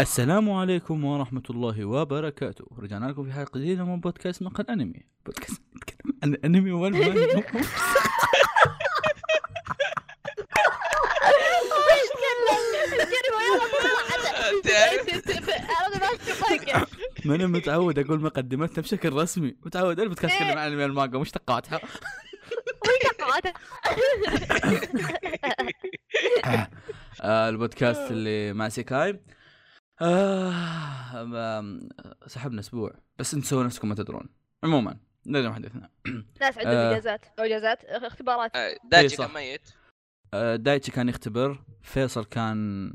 السلام عليكم ورحمة الله وبركاته رجعنا لكم في حلقة جديدة من بودكاست مقهى الأنمي بودكاست نتكلم عن الأنمي والمانجا ما أنا متعود أقول مقدمتنا بشكل رسمي متعود أنا بودكاست أتكلم عن الأنمي والمانجا مش تقاعدها آه، البودكاست اللي مع سيكاي آه، آم، سحبنا أسبوع بس انتوا سووا نفسكم ما تدرون عموما نرجع حديثنا ناس عندهم آه. اجازات او اجازات اختبارات آه، إيه، دايجي صح. كان ميت آه، دايتشي كان يختبر فيصل كان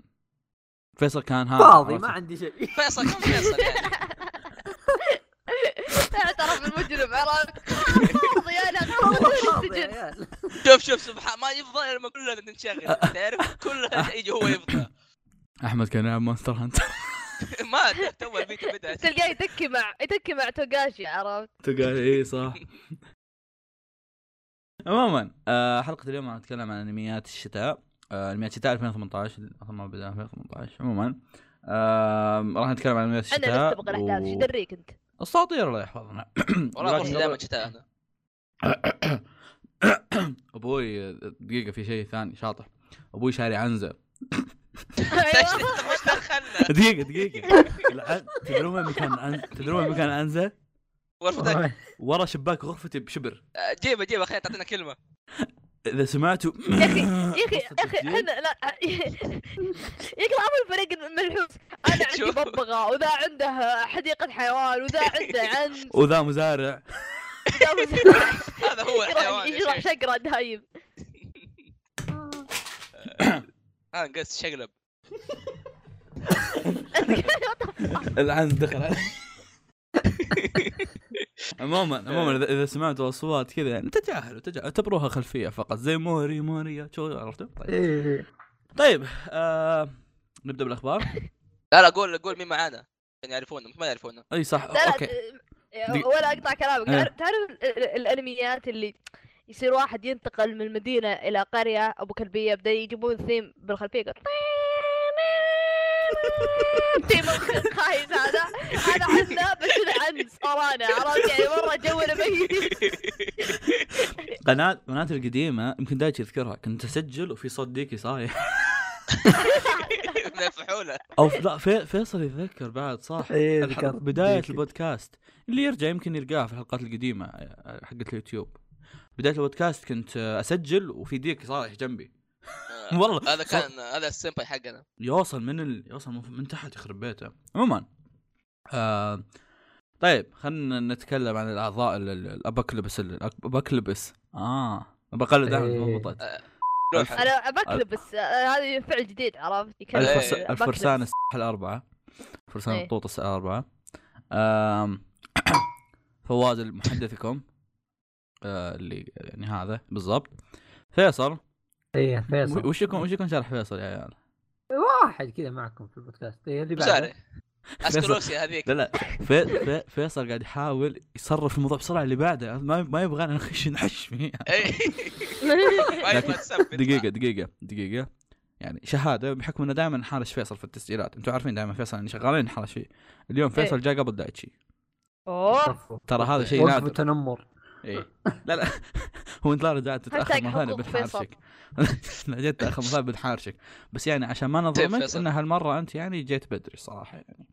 فيصل كان ها فاضي عرفت؟ ما عندي شيء فيصل كان فيصل يعني اعترف بالمجرم عرفت فاضي انا والله فاضي يا السجن عيال. شوف شوف سبحان ما يفضى لما كلنا أه، ننشغل تعرف كلنا يجي هو يفضى احمد كان يلعب مونستر هانتر ما أدري، تو الفيديو بدا تلقاه يتكي مع يتكي مع توغاشي عرفت تقال اي إيه، صح عموما آه، حلقه اليوم هنتكلم عن انميات الشتاء آه، انميات الشتاء 2018 ما بدا 2018 عموما آم، راح نتكلم عن انميات انا الشتاء نستبق الاحداث ايش و- دريك انت؟ اساطير الله يحفظنا والله لكن أروح دائما شتاء انا ابوي دقيقه في شيء ثاني شاطح ابوي شاري عنزه أيوة. وش دخلنا دقيقه دقيقه العن- تدرون وين مكان عنزه تدرون وين مكان عنزه غرفتك ورا شباك غرفتي بشبر آه، جيبه جيبه خلينا تعطينا كلمه اذا سمعتوا يا اخي يا اخي يا اخي انا لا يا اخي عمل فريق ملحوس انا عندي شوف. ببغاء وذا عنده حديقه حيوان وذا عنده عنز وذا مزارع وذا مزرعة. هذا هو يزرع- الحيوان يا يزرع شيخ. شقره دايم ها نقص شقلب العنز دخل علي عموما عموما إذا- اذا سمعتوا اصوات كذا يعني تجاهلوا تجاهلوا اعتبروها خلفيه فقط زي موري موريا شو عرفتوا؟ طيب, إيه. طيب آه نبدا بالاخبار لا لا قول قول مين معانا عشان يعرفونا ما يعرفونا اي صح لا لا اوكي آه، دي- ولا اقطع كلامك إيه. تعرف- تعرف ال- ال- الانميات اللي يصير واحد ينتقل من مدينه الى قريه ابو كلبيه بدا يجيبون ثيم بالخلفيه يقول "طيب، ثيم الخايس هذا هذا عنا بس العنز ورانا عرفت يعني مره جونا ميت قناه قناه القديمه يمكن دايتشي يذكرها كنت اسجل وفي صوت ديكي صايح من الفحوله او لا في فيصل يتذكر بعد صح إيه، الح- ذكرت بدايه ديكي. البودكاست اللي يرجع يمكن يلقاها في الحلقات القديمه آه، حقت اليوتيوب بدايه البودكاست كنت آه، اسجل وفي ديكي صايح جنبي آه، والله هذا كان هذا السمباي حقنا يوصل من ال... يوصل من, من تحت يخرب بيته عموما آه... طيب خلينا نتكلم عن الاعضاء ال- ال- الابكلبس ال- الابكلبس اه بقلد احمد ما إيه. بطلت روح انا ابكلب بس آه، هذا فعل جديد عرفت يكلب. أه. الفرس... إيه. أبكلب. الفرسان الس- الاربعه فرسان إيه. الطوط الس- الاربعه آم... فواز محدثكم آه اللي يعني هذا بالضبط فيصل ايه و- فيصل وش يكون وش يكون شرح فيصل يا عيال؟ واحد كذا معكم في البودكاست ايه اللي بعده مزارع اسكروسيا هذيك لا لا في في فيصل قاعد يحاول يصرف الموضوع بسرعه اللي بعده ما ما يبغى انا نخش نحش فيه إيه. ما يبغى تثبت. دقيقه دقيقه دقيقه يعني شهاده بحكم انه دائما نحارش فيصل في التسجيلات انتم عارفين دائما فيصل اني شغالين نحارش فيه اليوم فيصل جاء قبل دايتشي اوه وقفوا. ترى هذا شيء وقفوا نادر. تنمر اي لا لا هو انت لا رجعت تتاخر هاشتاج مره ثانيه حقوق فيصل. بنحارشك لا، جيت تاخر مره ثانيه بنحارشك بس يعني عشان ما نظلمك طيب، فيصل. ان هالمره انت يعني جيت بدري صراحه يعني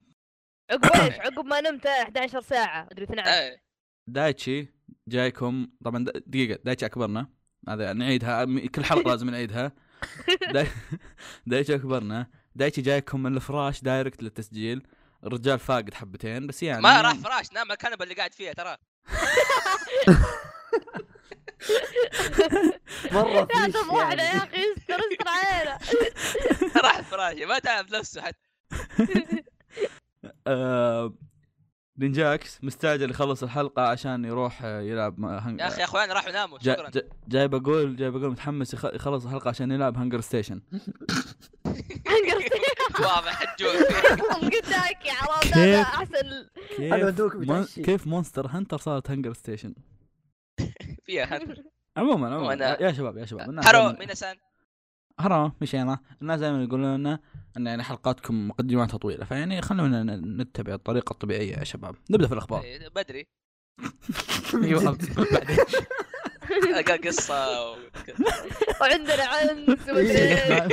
عقب ايش عقب ما نمت 11 ساعه ادري أه. 12 يعني إيه. دايتشي جايكم طبعا د- دقيقه دايتشي اكبرنا هذا يعني نعيدها م- كل حلقه لازم نعيدها داي... دايتشي اكبرنا دايتشي جايكم من الفراش دايركت للتسجيل الرجال فاقد حبتين بس يعني ما راح فراش نام الكنبه اللي قاعد فيها ترى مره لا فيش تفضحنا يعني. يا اخي استر استر علينا راح فراش ما تعرف نفسه حتى آه... نينجاكس مستعجل يخلص الحلقه عشان يروح آه، يلعب ما- هن... يا اخي اخوان راحوا يناموا جا... شكرا جا... جاي بقول جاي بقول متحمس يخ- يخلص الحلقه عشان يلعب هنجر ستيشن واضح الجوع قدامك يا عرفت كيف؟ هذا احسن أنا كيف دوك مون... متعشي. كيف مونستر هانتر صارت هنجر ستيشن فيها هن- عموما عموما وأنا- يا شباب يا شباب هارو من- مينا سان حرام مشينا الناس دائما يقولون لنا ان يعني حلقاتكم مقدماتها طويله فيعني خلونا ن- نتبع الطريقه الطبيعيه يا شباب نبدا في الاخبار إيه، بدري ايوه بعدين القى قصه و... وعندنا عنز ومدري إيه.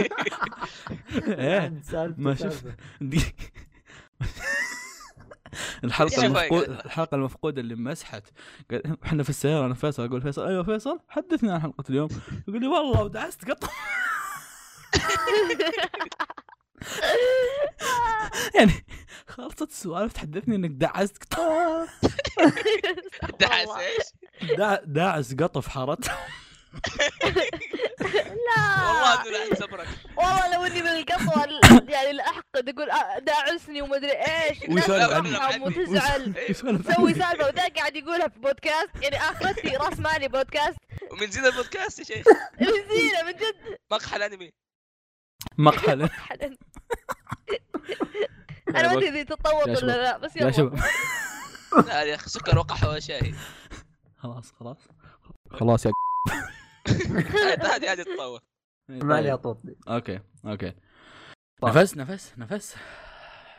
إيه. ما ما شفت. دي- إيش الحلقه رأيك؟ المفقود الحلقه المفقوده اللي مسحت قال- احنا في السياره انا فيصل اقول فيصل ايوه فيصل حدثني عن حلقه اليوم يقول لي والله ودعست قط يعني خلصت السوالف تحدثني انك دعست قط دعس ايش؟ دا داعس قطف حارت لا والله انه لعن صبرك آه، والله لو اني من القطوه يعني الاحقد اقول آه، داعسني ومدري ايش الناس ويسولف عنك. تفهم وتزعل يسولف سوي سالفه وذا قاعد يقولها في بودكاست يعني اخرتي راس مالي بودكاست ومن زين البودكاست يا شيخ زينه من جد مقحل انمي مقحله حلن. انا ما ادري اذا تتطوط يا شباب. ولا لا بس يا يلا شباب لا يا اخي سكر وقحوه شاي خلاص خلاص خلاص يا هذه هذه تطور ما لي اطوط دي. اوكي اوكي طيب. نفس نفس نفس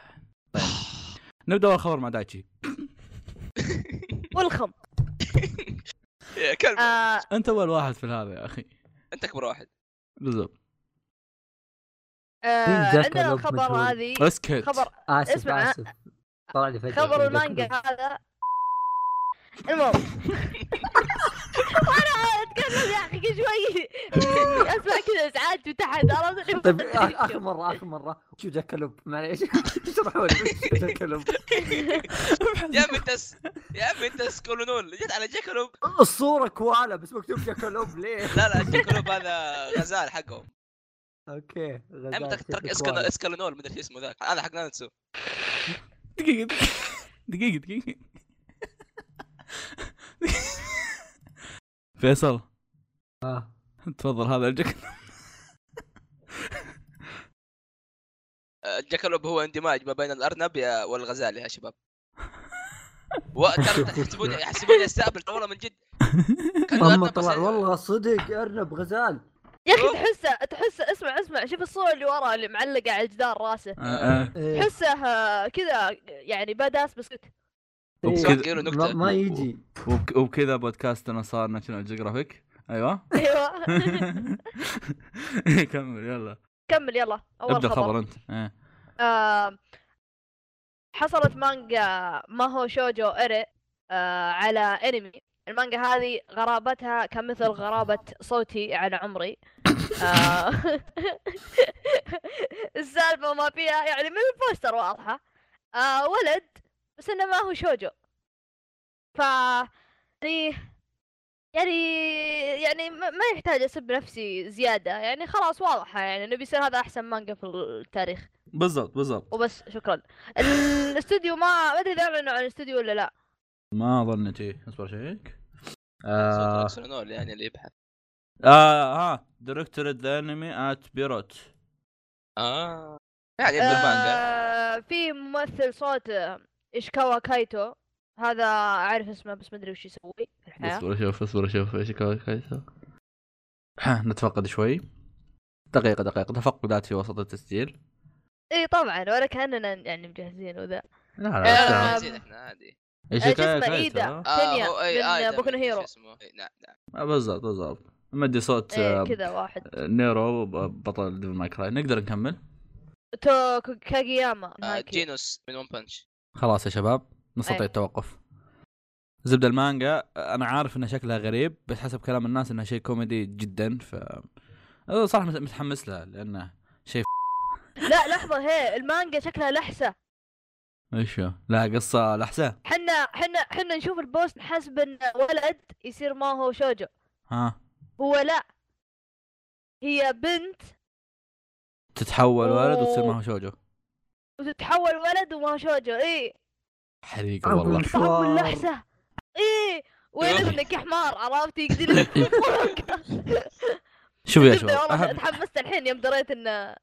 طيب نبدا اول خبر مع دايتشي والخم يا إيه، كلب آه، انت اول واحد في هذا يا اخي انت اكبر واحد بالضبط آه، جاك عندنا لوب الخبر مشهور. هذه اسكت خبر اسف اسمع. اسف طلع لي طيب، فجاه خبر المانجا هذا المهم انا اتكلم يا اخي كل شوي اسمع كذا ازعاج من تحت عرفت اللي طيب آخ- اخر مره اخر مره شو جاك كلب معليش اشرحوا لي شو جاك كلب يا عمي انت س- يا عمي انت سكولونول جيت على جاكلوب الصوره كوالا بس مكتوب جاك كلب ليه لا لا جاكلوب هذا غزال حقهم اوكي غزال عمي ترك شكله اسكال- كوالا. اسكالونول مدري شو اسمه ذاك هذا حق نانسو دقيقة دقيقة دقيقة فيصل آه. تفضل هذا الجك جاكلوب هو اندماج ما بين الارنب يا- والغزال يا شباب وترى تحسبوني يحسبوني استهبل والله من جد كانوا اما أرنب بس- طلع والله صدق ارنب غزال يا اخي تحسه تحسه اسمع اسمع شوف الصوره اللي ورا اللي معلقه على جدار راسه آه، إيه. تحسه آه، كذا يعني باداس بس كت- إيه. وبكذا- كيلو نكتة. ما- ما يجي وبكذا بودكاستنا صار ناشونال جيوغرافيك ايوه ايوه كمل يلا كمل يلا اول ابدا خبر الخبر انت إيه. آه، حصلت مانجا ما هو شوجو اري آه، على انمي المانجا هذه غرابتها كمثل غرابة صوتي على عمري آه، السالفة ما فيها يعني من البوستر واضحة آه، ولد بس انه ما هو شوجو ف يعني يعني يعني ما ما يحتاج اسب نفسي زيادة يعني خلاص واضحة يعني انه بيصير هذا احسن مانجا في التاريخ بالضبط بالضبط وبس شكرا الاستوديو ما ما ادري اذا اعلنوا عن الاستوديو ولا لا ما اظن شيء اصبر شيك صوت آه. الأكسونول يعني اللي يبحث اه اه دايركتور ذا انمي ات بيروت اه يعني ابن المانجا آه، في ممثل صوت آه، اشكاوا كايتو هذا اعرف اسمه بس ما ادري وش يسوي في الحياه اصبر اشوف اصبر اشوف ايش كا- كايسا ها نتفقد شوي دقيقة دقيقة تفقدات في وسط التسجيل اي طبعا إيه، ولا كاننا يعني مجهزين وذا لا آه، لا آه، زين احنا عادي ايش آه، كاي- جسمه كايسا، إيدا. آه؟ آه، تنيا هو- أي، من آيدا، بوكو من نو هيرو. شو اسمه. إي، نعم نعم آه، بالضبط بالضبط مدي صوت إيه آه، كذا واحد نيرو ب- بطل ديفل ماي كراي نقدر نكمل تو كاغياما آه، هاكي. جينوس من ون بنش خلاص يا شباب نستطيع إيه. التوقف زبدة المانجا انا عارف ان شكلها غريب بس حسب كلام الناس انها شيء كوميدي جدا ف أنا صراحة مت- متحمس لها لانه لا لحظه هي المانجا شكلها لحسه ايش هو؟ لها قصة لحسة حنا حنا حنا نشوف البوست حسب ان ولد يصير ما هو شوجو ها هو لا هي بنت تتحول ولد وتصير أوه. ما هو شوجو وتتحول ولد وما شوجو إيه، اي حريقة تعرف والله طعم مشوار. اللحسه اي إيه. وين ابنك يا حمار عرفت يقدر شوف يا شباب والله اهم, تحمست الحين يوم دريت انه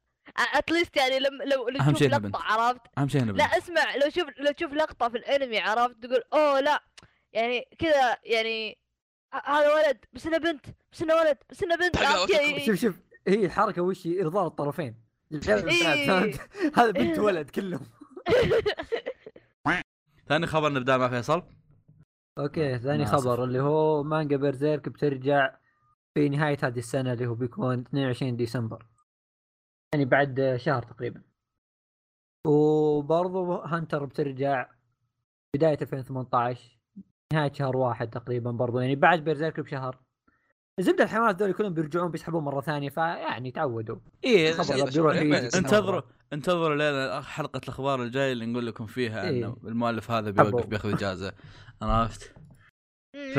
اتليست يعني لم لو لو أهم تشوف شيء إنها بنت. لقطه عرفت أهم شيء هنا لا لا اسمع لو شوف لو تشوف لقطه في الانمي عرفت تقول اوه لا يعني كذا يعني ه- هذا ولد بس انه بنت بس انه ولد بس انه بنت حلقة عرفت؟ أوتوكو. يعني- شوف شوف هي الحركه وش هي؟ ارضاء الطرفين العيال إيه. فهمت؟ هذا بنت ولد كلهم ثاني خبر نبدا مع فيصل اوكي ثاني ناصر. خبر اللي هو مانجا بيرزيرك بترجع في نهايه هذه السنه اللي هو بيكون 22 ديسمبر يعني بعد شهر تقريبا وبرضه هانتر بترجع بدايه 2018 نهايه شهر واحد تقريبا برضه يعني بعد بيرزيرك بشهر الزبده الحيوانات ذول كلهم بيرجعون بيسحبون مره ثانيه فيعني يعني تعودوا ايه خبر. الخبر بيروح إيه، يجي. انتظروا انتظروا لين حلقه الاخبار الجايه اللي نقول لكم فيها إيه. انه المؤلف هذا بيوقف أبو. بياخذ اجازه عرفت؟ مم. ف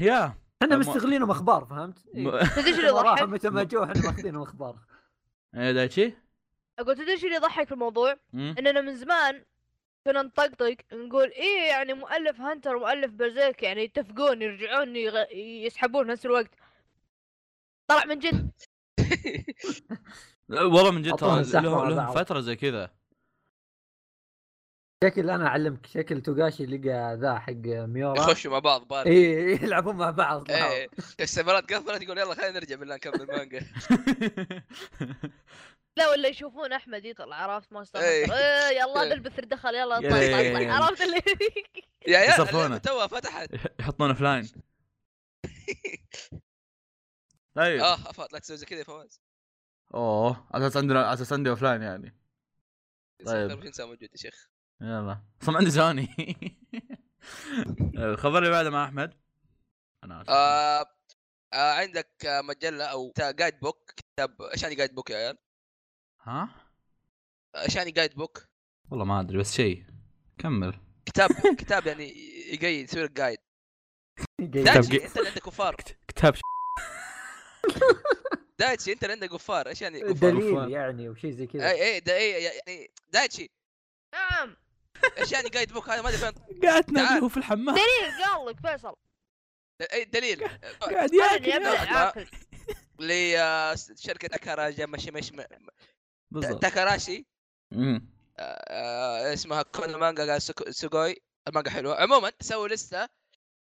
يا احنا أما- مستغلينهم اخبار فهمت؟ إيه. م- تدري شو اللي وراهم يضحك؟ متى ما جو احنا ماخذينهم اخبار ايه دايتشي؟ اقول تدري شو اللي يضحك في الموضوع؟ مم؟ اننا من زمان كنا نطقطق نقول ايه يعني مؤلف هانتر ومؤلف برزيرك يعني يتفقون يرجعون يغ... يسحبون نفس الوقت طلع من جد لا، والله من جد أعطوهم ترى سحب لهم على لهم بعض. فتره زي كذا شكل انا اعلمك شكل توغاشي لقى ذا حق ميورا يخشوا مع بعض بارد اي يلعبون مع بعض ايه السيرفرات قفلت يقول يلا خلينا نرجع بالله نكمل مانجا لا ولا يشوفون احمد يطلع عرفت مونستر إيه. هانتر. إيه يلا ذا البثر دخل يلا اطلع إيه. اطلع عرفت اللي يا يصرفونه. عيال توها فتحت يحطون فلاين إيه. طيب اه افات لا تسوي زي كذا يا فواز اوه على اساس عندنا على اساس عندي اوف لاين يعني طيب. 25 انسان موجود يا شيخ يلا اصلا عندي سوني الخبر اللي بعده مع احمد انا آسف. آه آه عندك آه، مجله او جايد بوك كتاب ايش يعني جايد بوك يا عيال؟ ها ايش يعني جايد بوك؟ والله ما ادري بس شيء كمل كتاب كتاب يعني يقيد يسوي لك جايد طيب، كتاب دايتشي جي- انت اللي عندك كفار كت- كتاب ش- دايتشي انت اللي عندك كفار ايش يعني كفار؟ إيه، دليل يعني وشي زي كذا اي اي دا اي يعني دايتشي نعم ايش يعني جايد بوك هذا ما ادري فين قاعد تعال. تناديه في الحمام دليل قال لك فيصل اي إيه، دليل قاعد قال يا ياكل ابن لا. العاقل آه، لشركه تاكاراشي مش مش بالضبط تاكاراشي مم. آه، اسمها كون مانجا سوغوي المانجا حلوه عموما سووا لسته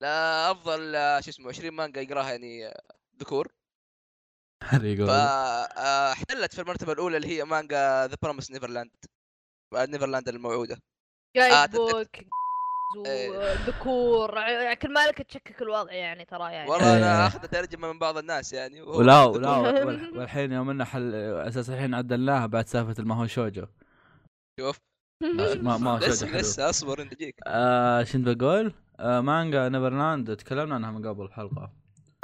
لافضل آه، شو اسمه 20 مانجا يقراها يعني آه، ذكور هذا يقول آه. فاحتلت في المرتبه الاولى اللي هي مانجا ذا بروميس نيفرلاند آه، نيفرلاند الموعوده آه، جايب تت- تت- بوك إيه. وذكور ع- كل مالك تشكك الوضع يعني ترى يعني والله إيه. انا اخذ ترجمه من بعض الناس يعني وهو ولا ذكور. ولا وال- والحين يوم انه حل اساس الحين عدلناها بعد سالفه ما هو شوجو شوف آه، ما ما هو لسه شوجو حلو لسه اصبر انت جيك آه شنت بقول؟ آه مانجا نيفرلاند تكلمنا عنها من قبل الحلقه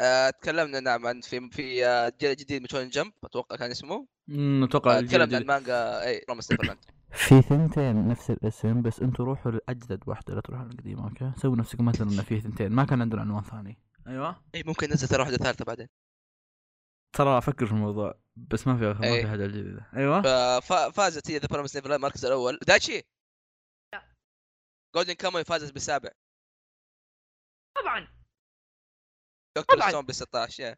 آه، تكلمنا نعم عن في في آه، جيل جديد من شون جمب اتوقع كان اسمه أمم، آه، اتوقع الجيل تكلمنا عن الجديد. مانجا إيه، اي بروميس نيفرلاند في ثنتين نفس الاسم بس انتوا روحوا لاجدد واحده لا تروحوا للقديمه اوكي؟ سووا نفسكم مثلا انه في ثنتين ما كان عندنا عنوان ثاني ايوه اي ممكن ننزل ترى واحده ثالثه بعدين ترى افكر في الموضوع بس ما في ما إيه. في حاجه جديده ايوه فازت هي ذا بروميس نيفرلاند المركز الاول دايتشي جولدن كاموي فازت بالسابع طبعا دكتور طبعاً. ستون ب 16 يا.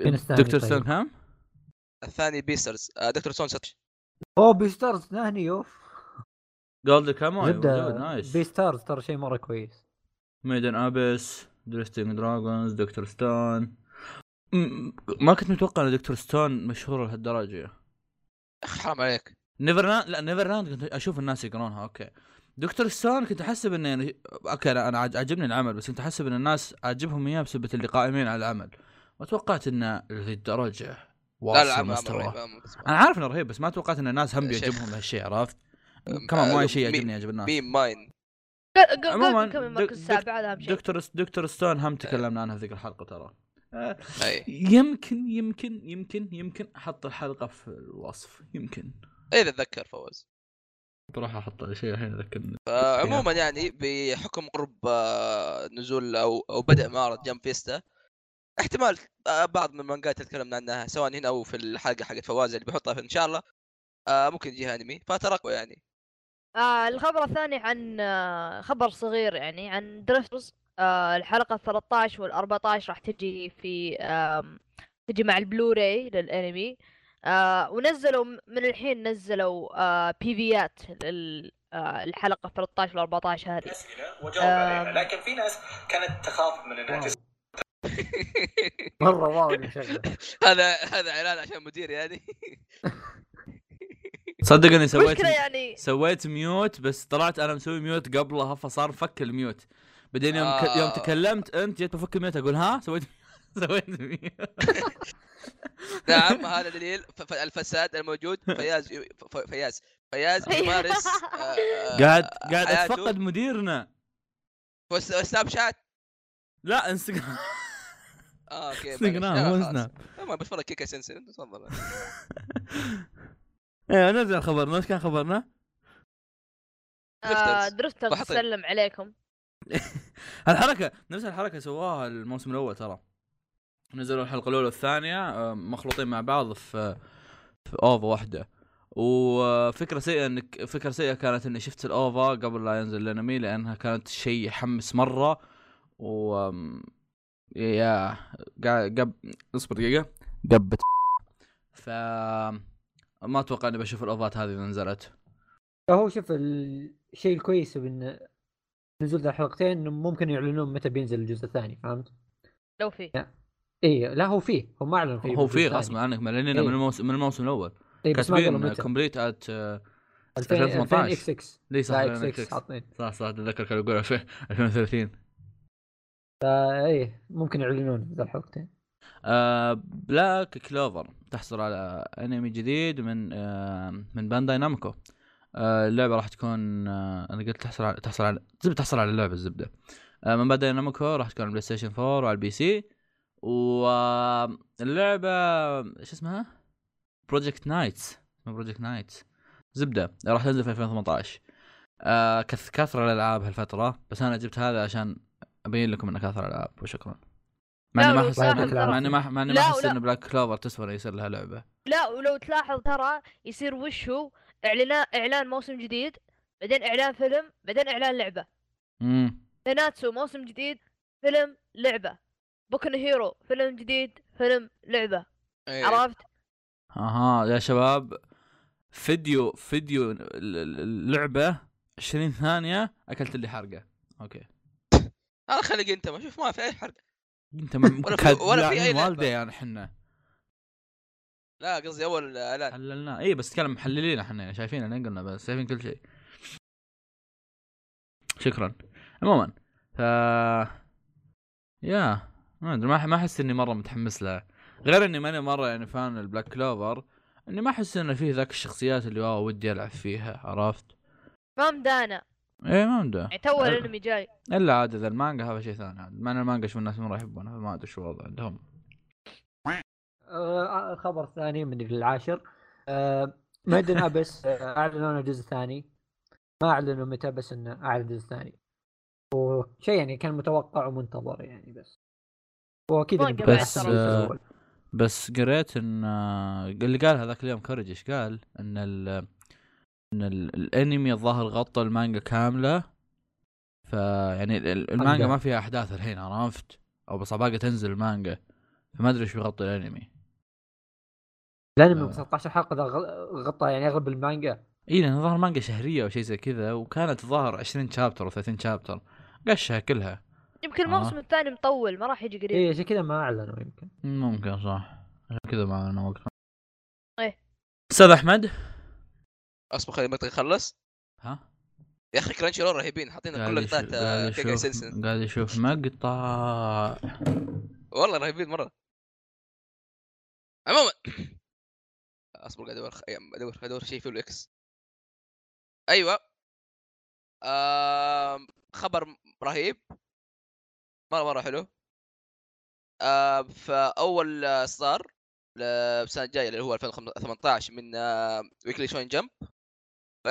إيه. دكتور ستون كام؟ الثاني بيسترز آه، دكتور ستون 16 اوه بي ستارز نهني يوف جولد كامو زبده موجود أيوة، نايس بي ستارز ترى شيء مره كويس ميدن ابس دريستنج دراجونز دكتور ستون م- ما كنت متوقع ان دكتور ستون مشهور لهالدرجه اخ حرام عليك نيفرلاند لا نيفرلاند كنت اشوف الناس يقرونها اوكي دكتور ستون كنت احسب انه يعني اوكي انا أنا عاج- عاجبني العمل بس كنت احسب ان الناس عاجبهم اياه بسبب اللي قائمين على العمل ما توقعت انه للدرجه لا لا واصل عم- عم- عم- مستواه عم- انا عارف انه رهيب بس ما توقعت ان الناس هم شيخ. بيعجبهم هالشيء عرفت؟ أم، كمان آه، ما شيء مي- يعجبني يعجب الناس ميم ماين عموماً، عموما كم دك- المركز السابع هذا اهم شيء دكتور دكتور ستون هم تكلمنا عنها في ذيك الحلقه ترى آه، اي يمكن يمكن يمكن يمكن احط الحلقه في الوصف يمكن اذا اتذكر فوز بروح احط شيء الحين اذكرني آه، عموما يعني بحكم قرب آه، نزول او او بدء معرض جنب فيستا احتمال آه، بعض من المانجات اللي تكلمنا عنها سواء هنا او في الحلقه حقت فواز اللي بحطها في ان شاء الله آه، ممكن يجيها انمي فترقبوا يعني آه الخبر الثاني عن آه خبر صغير يعني عن دريفترز آه الحلقة 13 وال 14 راح تجي في آم تجي مع البلوراي للانمي آه ونزلوا م- من الحين نزلوا آه بيفيات لل- آه الحلقة 13 وال 14 هذه اسئله وجاوب عليها لكن في ناس كانت تخاف من انها واو. تسال مره واو اللي مشغل هذا هذا اعلان عشان مدير يعني صدق اني سويت مشكلة يعني سويت ميوت بس طلعت انا مسوي ميوت قبلها فصار فك الميوت بعدين يوم ك... يوم آه. تكلمت انت جيت بفك الميوت اقول ها سويت سويت ميوت نعم هذا دليل ف- ف- الفساد الموجود فياز ف- فياز فياز يمارس آه، آه، قاعد قاعد حياته. اتفقد مديرنا وس- وسناب شات لا انستغرام اه اوكي معلش. انستغرام لا، نعم، مو خلاص. سناب ما بتفرج كيكا سنسن تفضل ايه نرجع خبرنا ايش كان خبرنا؟ آه، درفترز. درفترز بحطي. تسلم عليكم الحركه نفس الحركه سواها الموسم الاول ترى نزلوا الحلقه الاولى والثانيه آه، مخلوطين مع بعض في في اوفا واحده وفكره سيئه انك فكره سيئه كانت اني شفت الاوفا قبل لا ينزل الانمي لانها كانت شيء يحمس مره و آم، يا قا- قب اصبر دقيقه قبت ف ما اتوقع اني بشوف الاوفات هذه اللي نزلت هو شوف الشيء الكويس من نزول ذا الحلقتين انه ممكن يعلنون متى بينزل الجزء الثاني فهمت؟ لو في اي لا هو فيه هو ما اعلن فيه هو بالجزء في الثاني. غصب عنك معلنينه إيه. من الموسم من الموسم الاول إيه بس ما قالوا كاتبين آه، متى كومبليت ات 2018 2018. اكس 6 ليش صح لا لأن اكس 6 Xbox. حاطين صح صح اتذكر كانوا يقولوا 2030 فايه آه، ممكن يعلنون ذا الحلقتين آه، بلاك كلوفر تحصل على انمي جديد من آه، من بانداي نامكو آه، اللعبه راح تكون آه، انا قلت تحصل على تحصل على زبده تحصل على اللعبه الزبده آه، من بانداي نامكو راح تكون على البلاي ستيشن 4 وعلى البي سي واللعبه شو اسمها؟ بروجكت نايتس اسمها بروجكت نايتس زبده راح تنزل في 2018 آه، كث- كثر الالعاب هالفتره بس انا جبت هذا عشان ابين لكم انه كثر الالعاب وشكرا مع اني لا، ما لو احس سهل ترى. مع اني ما مع اني ما لا، احس ولا- ان بلاك كلوفر تسوى إنه يصير لها لعبه لا ولو تلاحظ ترى يصير وش هو اعلان اعلان موسم جديد بعدين اعلان فيلم بعدين اعلان لعبه امم ناتسو موسم جديد فيلم لعبه بوكن هيرو فيلم جديد فيلم لعبه إيه. عرفت اها يا شباب فيديو فيديو ال- ال- اللعبه 20 ثانيه اكلت اللي حرقه اوكي انا آه، خليك انت ما شوف ما في اي حرق انت م- ولا في- كاد- ولا في لاعبين أي لعبة. والده يعني احنا لا قصدي اول اعلان حللنا اي إيه، بس تكلم محللين احنا شايفين احنا قلنا بس شايفين كل شيء شكرا عموما ف يا ما ادري ما ما احس اني مره متحمس لها غير اني ماني مره يعني فان البلاك كلوفر اني ما احس انه فيه ذاك الشخصيات اللي واو ودي العب فيها عرفت؟ ما مدانا ايه ما ادري يعني تو أه. الانمي جاي الا عاد اذا المانجا هذا شيء ثاني عاد مع ان المانجا شوف الناس مره يحبونها فما ادري شو الوضع عندهم آه، الخبر الثاني من العاشر آه، ميدن ابس آه، اعلنوا عن الجزء الثاني ما اعلنوا متى بس انه اعلن الجزء الثاني وشيء يعني كان متوقع ومنتظر يعني بس واكيد إنه مانجا بيكون بعد أحسن من ترى. الجزء الأول. بس، بس قريت ان اللي قال هذاك اليوم كوريج ايش قال ان ال ان ال الانمي الظاهر غطى المانجا كامله فيعني ال- ال- المانجا مانجا. ما فيها احداث الحين عرفت او بس باقي تنزل المانجا فما ادري ايش بيغطي الانمي الانمي آه. من 19 حلقه ذا غ- غطى يعني اغلب المانجا اي لان ظهر مانجا شهريه او شيء زي كذا وكانت ظهر 20 شابتر او 30 شابتر قشها كلها آه. يمكن الموسم الثاني مطول ما راح يجي قريب اي عشان إيه، كذا ما اعلنوا يمكن ممكن صح عشان كذا ما لنا وقت إيه. استاذ احمد اصبر خلي المقطع يخلص ها يا اخي كرانشي رول رهيبين حاطين قاعد كل يشوف- لقطات آه، قاعد كيكا يشوف- سنسن قاعد يشوف مقطع والله رهيبين مره عموما اصبر قاعد ادور أيام، ادور ادور شيء في الاكس ايوه آم، خبر رهيب مره مره حلو آم، فاول آه، اصدار ل- السنه الجايه اللي هو 2018 من ويكلي شون جمب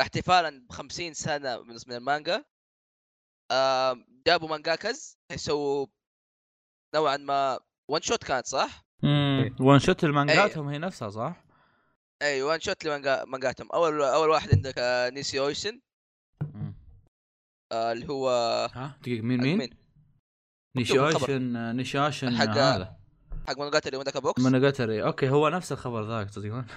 احتفالا ب 50 سنه من من المانجا آم، جابوا مانجاكاز يسووا نوعا ما ون شوت كانت صح؟ امم وان شوت المانجاتهم إيه. هي نفسها صح؟ اي وان شوت لمانجاتهم اول اول واحد عندك آه، نيسي اويسن مم. آه، اللي هو ها دقيقة مين آه، مين؟ مكتوب الخبر. نيشاشن نيشاشن حق- آه، هذا حق مانجاتري وذاك بوكس مونوجاتري اوكي هو نفس الخبر ذاك تصدقون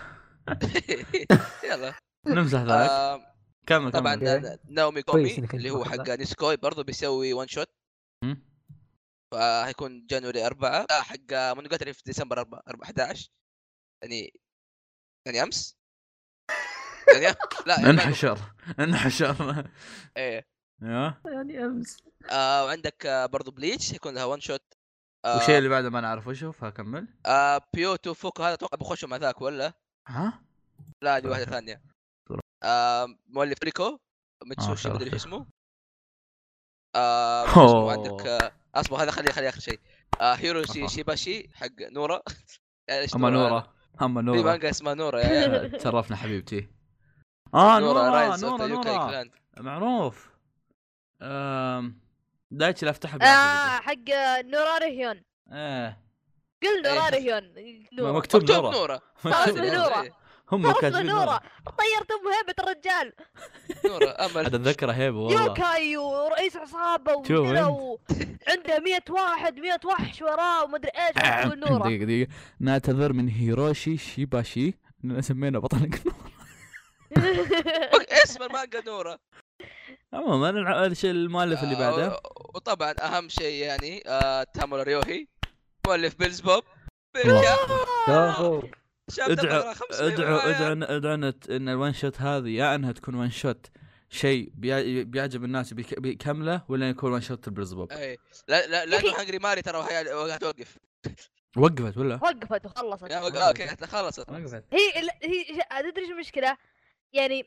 يلا نمزح ذاك آه، كمل طبعا كمل أوكي. ناومي كويس كومي إنك اللي هو أنت حق واخذها. نيسكوي برضه بيسوي وان شوت مم. فحيكون جانوري أربعة آه، حق مونوجاتري في ديسمبر 4 4 11 يعني يعني أمس يعني أم- لا يعني انحشر انحشر ايه ايوه يعني امس آه وعندك آه برضو بليتش يكون لها آه، ون شوت والشيء اللي بعده ما نعرف وش هو فكمل آه بيوتو فوكو هذا اتوقع بخش مع ذاك ولا ها لا دي واحده ثانيه صراحة. آه مؤلف ريكو متسوشي شرف مدري يا شو اسمه آه شو اسمه أوه. عندك آه اصبر هذا خليه خليه اخر شيء آه هيروشي أها. شيباشي حق نورا يعني إيش اما نورا؟ نوره اما في نوره مانجا اسمها نورا يا عيال. آه، تشرفنا حبيبتي اه نورا نوره رايز اوف نوره ذا يوكاي نوره كلان معروف آم، دايتشي لا افتحها آه بالعافية. حق نوراري هيون ايه قل إيه. نوراري هيون نورا. مكتوب مكتوب نورا. نورا خلاص نورا. إيه، هم خلصنا كاتبين نورا نوره طيرت ام هيبه الرجال نورا عاد امل اتذكره هيبه والله يوكاي ورئيس عصابه شوف وكذا أنت. وعنده 100 واحد 100 وحش وراه ومدري ايش وتقول نورا دقيقة دقيقة نعتذر من هيروشي شيباشي اننا سمينا بطلك نورا اسم المانجا نورا عموما الع- الشيء المؤلف اللي بعده آه، وطبعا اهم شيء يعني آه تامورا ريوهي مؤلف بيلز بوب شوفوا ادعوا ادعوا ادعوا ادعوا ان ان الون شوت هذه يا انها تكون ون شوت شيء بيع- بيعجب الناس بيك- بيكمله ولا يكون ون شوت البرزبوب اي لا لا لا أخي. تروح هنجري ماري ترى وهي- وقاعد توقف وقفت ولا؟ وقفت وخلصت يا وق- اوكي خلصت وقفت هي ال- هي ش- تدري شو المشكله؟ يعني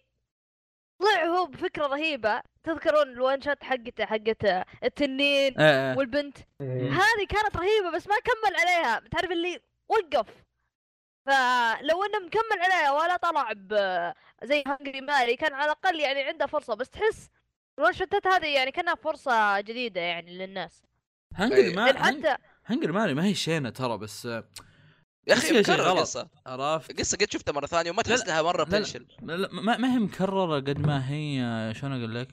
طلع هو بفكره رهيبه تذكرون الوان شوت حقته حقت التنين ايه إيه. والبنت هذه كانت رهيبه بس ما كمل عليها تعرف اللي وقف فلو انه مكمل عليها ولا طلع ب زي هنجري ماري كان على الاقل يعني عنده فرصه بس تحس الوان شوتات هذه يعني كانها فرصه جديده يعني للناس إيه. هنجري لأن ما يعني حتى هنجري ماري ما هي شينه ترى بس آه، يا بس فيها اخي شيء مكرر غلط. القصه عرفت القصه قد شفتها مره ثانيه وما لا، تحس لها مره لا، لا. بتنشل لا- لا، ما ما هي مكرره قد ما هي آه، شلون اقول لك؟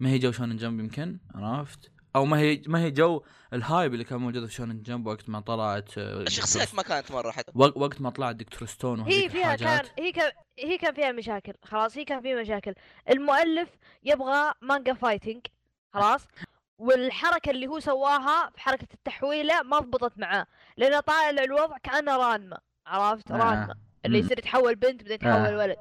ما هي جو شونن جمب يمكن عرفت؟ او ما هي ما هي جو الهايب اللي كان موجود في شونن جمب وقت ما طلعت آه، الشخصيات ما كانت مره حتى وق- وقت ما طلعت دكتور ستون هي وهذيك فيها كان الحاجات هي كان هي كان فيها مشاكل خلاص هي كان فيها مشاكل المؤلف يبغى مانجا فايتنج خلاص والحركة اللي هو سواها في حركة التحويلة ما ضبطت معاه لأنه طالع الوضع كأنه رانما عرفت رانما آه. اللي مم. يصير يتحول بنت بعدين آه. يتحول ولد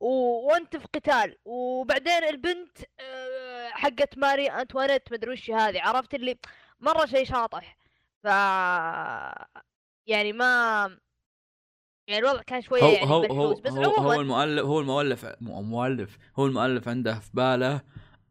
و... وانت في قتال وبعدين البنت آه، حقت ماري انتوانيت مدري وش هذه عرفت اللي مره شيء شاطح ف يعني ما يعني الوضع كان شويه هو يعني هو هو منحوس بس هو, هو عموما المؤلف هو المؤلف مو مؤلف هو المؤلف عنده في باله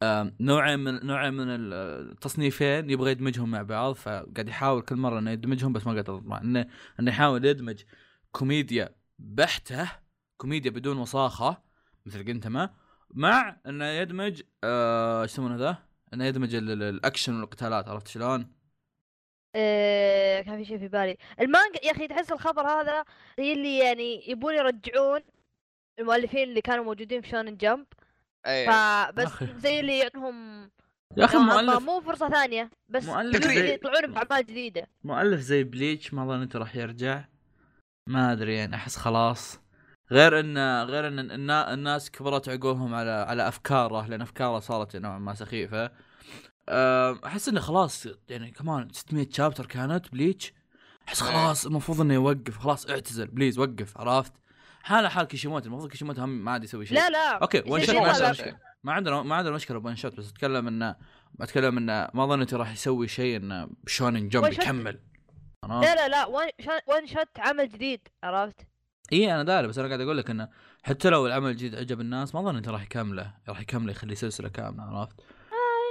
آم، نوعين من نوعين من التصنيفين يبغى يدمجهم مع بعض فقاعد يحاول كل مره انه يدمجهم بس ما قاعد يطلع انه انه يحاول يدمج كوميديا بحته كوميديا بدون وساخه مثل جنتما مع انه يدمج آه، ايش يسمونه ذا؟ انه يدمج ال- ال- الاكشن والقتالات عرفت شلون؟ آه، كان في شيء في بالي المانجا يا اخي تحس الخبر هذا زي اللي يعني يبون يرجعون المؤلفين اللي كانوا موجودين في شونن جمب اي فبس إيه. أخي. زي اللي يعطهم يا اخي نوعاً ما المؤلف نعم، مو فرصه ثانيه بس مؤلف يجي- زي- يطلعون باعمال جديده مؤلف زي بليتش ما اظن انت راح يرجع ما ادري يعني احس خلاص غير ان غير ان النا- الناس كبرت عقولهم على على افكاره لان افكاره صارت نوعا ما سخيفه أم، احس انه خلاص يعني كمان 600 شابتر كانت بليتش احس خلاص المفروض انه يوقف خلاص اعتزل بليز وقف عرفت حاله حال كيشيموتو المفروض كيشيموتو هم ما عاد يسوي شيء لا لا اوكي وان زي شوت كذا ما عندنا بقى. مشكله ما عندنا ما عندنا مشكله بوان شوت بس اتكلم انه اتكلم انه ما ظنيت راح يسوي شيء انه شونن جمب وان شوت- يكمل لا لا لا وان شوت وان شوت عمل جديد عرفت؟ اي انا إيه، داري بس انا قاعد اقول لك انه حتى لو العمل الجديد عجب الناس ما ظنيت راح يكمله راح يكمله يخليه سلسله كامله عرفت؟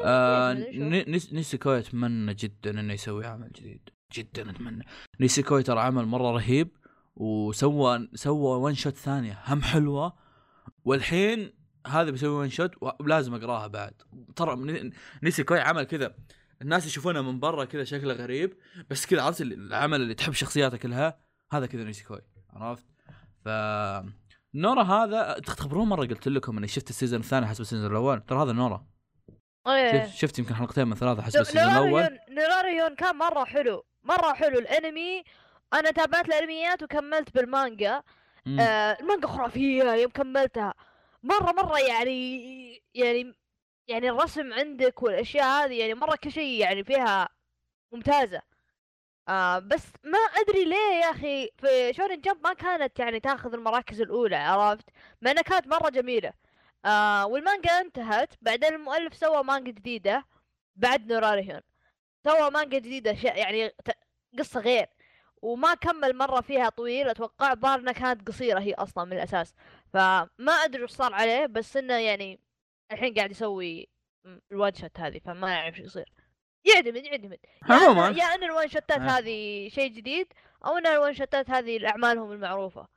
آه نشوف. ن- نس- نيسيكوي اتمنى جدا انه يسوي عمل جديد جدا اتمنى نيسيكوي ترى عمل مره رهيب وسوى سوى ون شوت ثانيه هم حلوه والحين هذا بيسوي ون شوت ولازم اقراها بعد ترى ن- نيسيكوي عمل كذا الناس يشوفونه من برا كذا شكله غريب بس كذا عرفت اللي- العمل اللي تحب شخصياته كلها هذا كذا نيسيكوي عرفت؟ ف نورا هذا تخبرون مره قلت لكم اني شفت السيزون الثاني حسب السيزون الاول ترى هذا نورا شفت, ايه شفت يمكن حلقتين من ثلاثه حسب نو- السيزون الاول نوراريون- نوراريون كان مرة حلو مرة حلو الانمي انا تابعت الانميات وكملت بالمانجا مم. آه المانجا خرافية يوم كملتها مرة مرة يعني يعني يعني الرسم عندك والاشياء هذه يعني مرة كل شيء يعني فيها ممتازه آه بس ما ادري ليه يا اخي في شونن جمب ما كانت يعني تاخذ المراكز الاولى عرفت مع انها كانت مره جميله آه والمانجا انتهت بعدين المؤلف سوى مانجا جديده بعد نوراريون سوى مانجا جديده ش... يعني ت... قصه غير وما كمل مره فيها طويل اتوقع بارنا كانت قصيره هي اصلا من الاساس فما ادري وش صار عليه بس انه يعني الحين قاعد يسوي الوان شوت هذه فما اعرف شو يصير يعتمد يعتمد يا أن- عموما يا ان الوان شوتات آه. هذه شيء جديد او ان الوان شوتات هذه لاعمالهم المعروفه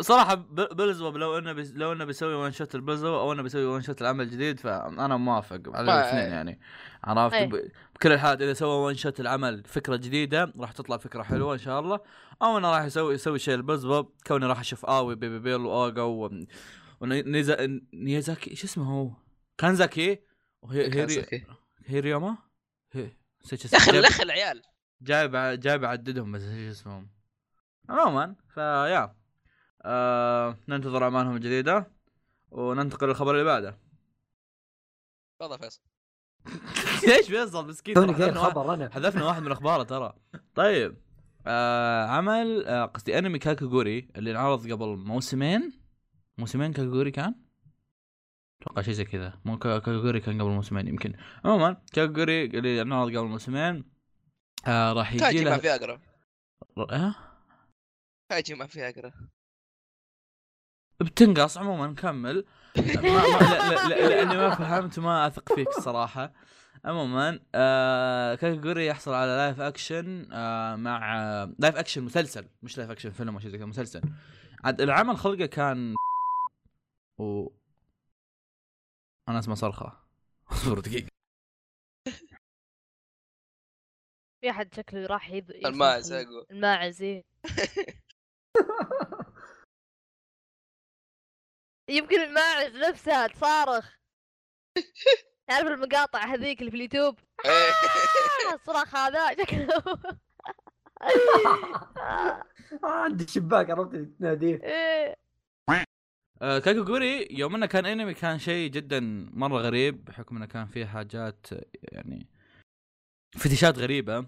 صراحه ب- بلزوب لو انه بيس- لو انه بيسوي وان شوت البلزوب او انه بيسوي وان شوت العمل الجديد فانا موافق على آه، الاثنين إيه. يعني عرفت إيه. ب- بكل الحالات اذا سوى وان شوت العمل فكره جديده راح تطلع فكره حلوه ان شاء الله او انه راح يسوي يسوي شيء البلزوب كوني راح اشوف اوي بيبي بيل واوغا و- ونيزا نيزاكي شو اسمه هو؟ كانزاكي وهي هيري كانزاكي. هيريوما هي نسيت يا اسمه. اخي جايب- الاخ العيال جايب ع- جايب اعددهم بس ايش اسمهم عموما فيا آه ننتظر اعمالهم الجديده وننتقل للخبر اللي بعده تفضل فيصل ليش فيصل مسكين توني ترى جاي حذفنا واحد- خبر انا حذفنا واحد من اخباره ترى طيب آه عمل آه قصدي انمي كاكاغوري اللي انعرض قبل موسمين موسمين كاكاغوري كان اتوقع شيء زي كذا مو كا- كاكاغوري كان قبل موسمين يمكن عموما كاكاغوري اللي انعرض قبل موسمين آه راح يجي كاجي ما له في اقرا آه؟ كاجي ما في اقرا بتنقص عموما نكمل ما ما لا- لا- لا- لاني ما فهمت وما اثق فيك الصراحه عموما آه كاكاجوري يحصل على لايف اكشن آه مع آه لايف اكشن مسلسل مش لايف اكشن فيلم او شيء زي كذا مسلسل عاد العمل خلقه كان و انا اسمه صرخه اصبر دقيقه في احد شكله راح يذ... يصرخ الماعز لي. أقوى. الماعز إيه. يمكن الماعز نفسها تصارخ تعرف المقاطع هذيك اللي في اليوتيوب إيه. آه، الصراخ هذا شكله آه، آه، عندي شباك عرفت تناديه إيه. آه، كاكاجوري يوم انه كان انمي كان شيء جدا مره غريب بحكم انه كان فيه حاجات آه، يعني فتشات غريبه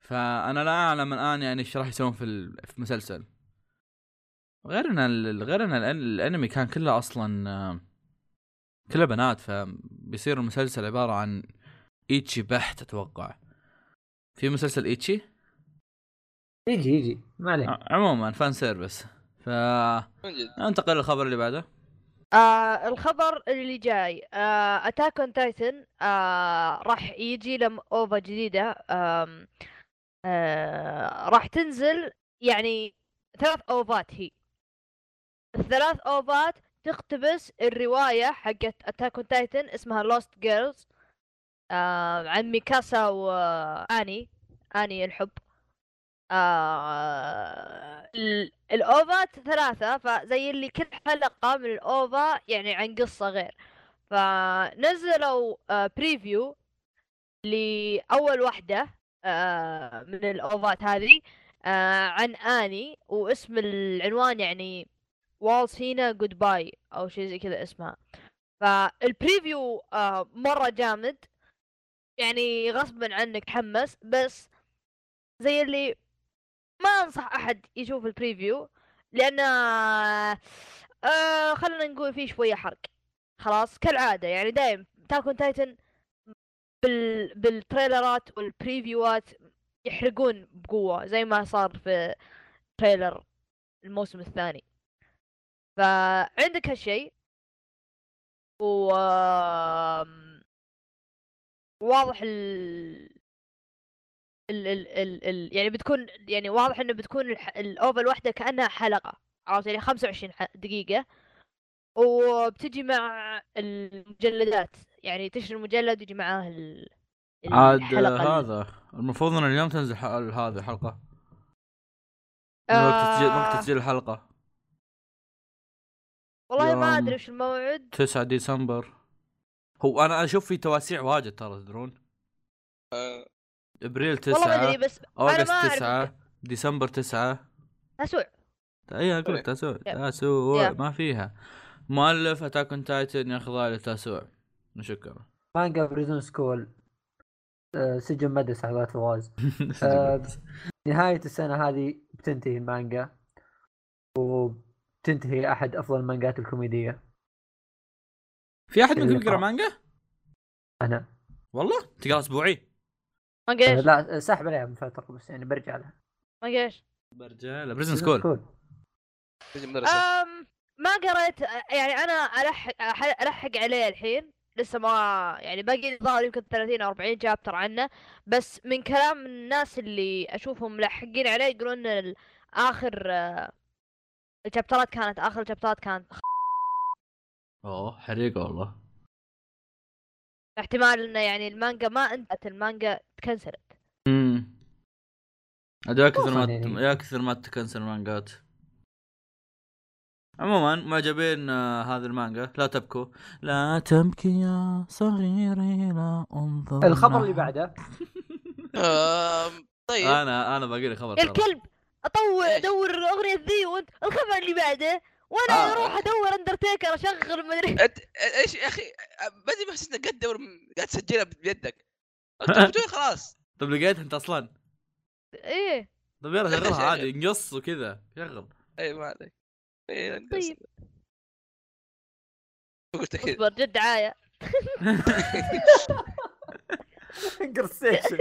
فانا لا اعلم الان يعني ايش راح يسوون في ال- في المسلسل غير ان ال- غير ان الأن- الانمي كان كله اصلا آه، كله بنات فبيصير المسلسل عباره عن ايتشي بحت اتوقع في مسلسل ايتشي يجي يجي ما عليك ع- عموما فان سيرفيس فننتقل من جد للخبر اللي بعده آه الخبر اللي جاي آه اتاك اون تايتن آه راح يجي له اوفا جديده آم، آه راح تنزل يعني ثلاث اوفات هي الثلاث اوفات تقتبس الروايه حقت اتاك اون تايتن اسمها لوست جيرلز آه عن ميكاسا واني اني الحب آه ال- الاوفات ثلاثة فزي اللي كل حلقة من الاوفا يعني عن قصة غير فنزلوا آه بريفيو لأول واحدة آه من الاوفات هذه آه عن اني واسم العنوان يعني والز هنا جود باي او شيء زي كذا اسمها فالبريفيو آه مرة جامد يعني غصبا عنك تحمس بس زي اللي ما انصح احد يشوف البريفيو لان آه خلينا نقول فيه شويه حرق خلاص كالعاده يعني دايم تاكون تايتن بال بالتريلرات والبريفيوات يحرقون بقوه زي ما صار في تريلر الموسم الثاني فعندك هالشيء و آم، واضح ال ال ال ال ال يعني بتكون يعني واضح انه بتكون الح- الاوفا الواحده كانها حلقه عرفت يعني 25 ح- دقيقه وبتجي مع المجلدات يعني تشتري المجلد ويجي معاه ال ال- عاد الحلقة ال- هذا المفروض ان اليوم تنزل ح- هذه الحلقه من وقت تسجيل من وقت آه تسجيل الحلقه والله ما يوم- ادري وش الموعد 9 ديسمبر هو انا اشوف في توسيع واجد ترى تدرون آه، ابريل والله ما 9 ادري بس اوغست ما أعرف 9 ديسمبر 9 اسوع اي اقول لك تاسوع تاسوع يب. ما فيها مؤلف اتاك اون تايتن ياخذها لتاسوع شكرا مانجا بريزون سكول آه، سجن مدرسة على فواز آه، نهاية السنة هذه بتنتهي المانجا وبتنتهي أحد أفضل المانجات الكوميدية في احد منكم اللي يقرا قرأ. مانجا؟ أنا والله تقرا اسبوعي مانجا آه، ايش؟ لا آه، ساحب عليها من فترة بس يعني برجع لها مانجا ايش؟ برجع بريزن سكول تجي مدرسه أم، ما قريت يعني انا الحق أح- الحق عليه الحين لسه ما يعني باقي لي ظهر يمكن 30 او 40 شابتر عنه بس من كلام الناس اللي اشوفهم ملحقين عليه يقولون إن ال- اخر آه، الشابترات كانت اخر شابترات كانت خ- اوه حريقه والله احتمال انه يعني المانجا ما انتهت المانجا تكنسلت امم عاد يا كثر ما أصلاً يعني. يا كثر ما تكنسل المانجات عموما معجبين آه، هذه المانجا لا تبكوا لا تبكي يا صغيري لا انظر الخبر اللي نحو- بعده آه. آم، طيب انا انا باقي لي خبر يا ترى. الكلب اطور إيش؟ ادور الاغنيه ذي وانت الخبر اللي بعده وانا آه. اروح ادور اندرتيكر اشغل مدري انت ايش يا اخي ما ادري ما حسيت انك قاعد تدور قاعد تسجلها بيدك التلفزيون خلاص طب لقيت انت اصلا ايه طب يلا شغل. شغلها عادي نقص وكذا شغل اي إيه، ما عليك إي، أنت طيب. قلت كذا اصبر جد دعايه قرسيشن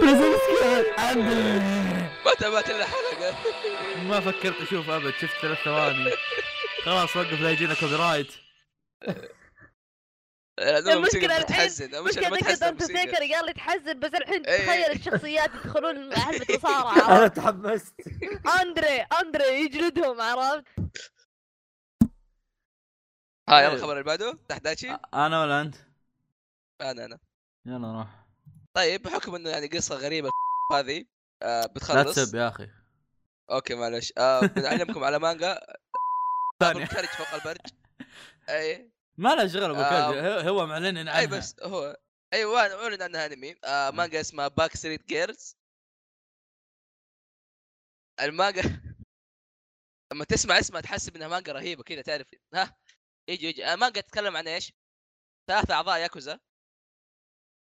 بريزن سكول عندي متى مات الا حلقه ما فكرت اشوف ابد شفت ثلاث ثواني خلاص وقف لا يجينا كوبي رايت لأن الموسيقى المشكلة الحين- بتحزن المشكله مشكلة ذيك بتحزن دارت الموسيقى تيكر قال لي تحزن بس الحين إيه. تخيل الشخصيات يدخلون حزب أنا مصارعة تحمست اندري اندري يجلدهم عرفت؟ ها أيوه. يلا الخبر اللي بعده تحداشي انا ولا انت انا انا يلا نروح طيب بحكم انه يعني قصه غريبه هذه آه لا بتخلص تسب يا اخي اوكي معلش آه بنعلمكم على مانجا ثانية الكرج فوق البرج إيه. اي ما له شغل ابو آه. كلب هو- هو معلن عنها اي بس هو ايوه اعلن عنها انمي آه مانجا اسمها باك ستريت جيرلز المانجا لما تسمع اسمها تحسب انها مانجا رهيبه كذا تعرف ها يجي يجي المانجا تتكلم عن ايش؟ ثلاثة اعضاء ياكوزا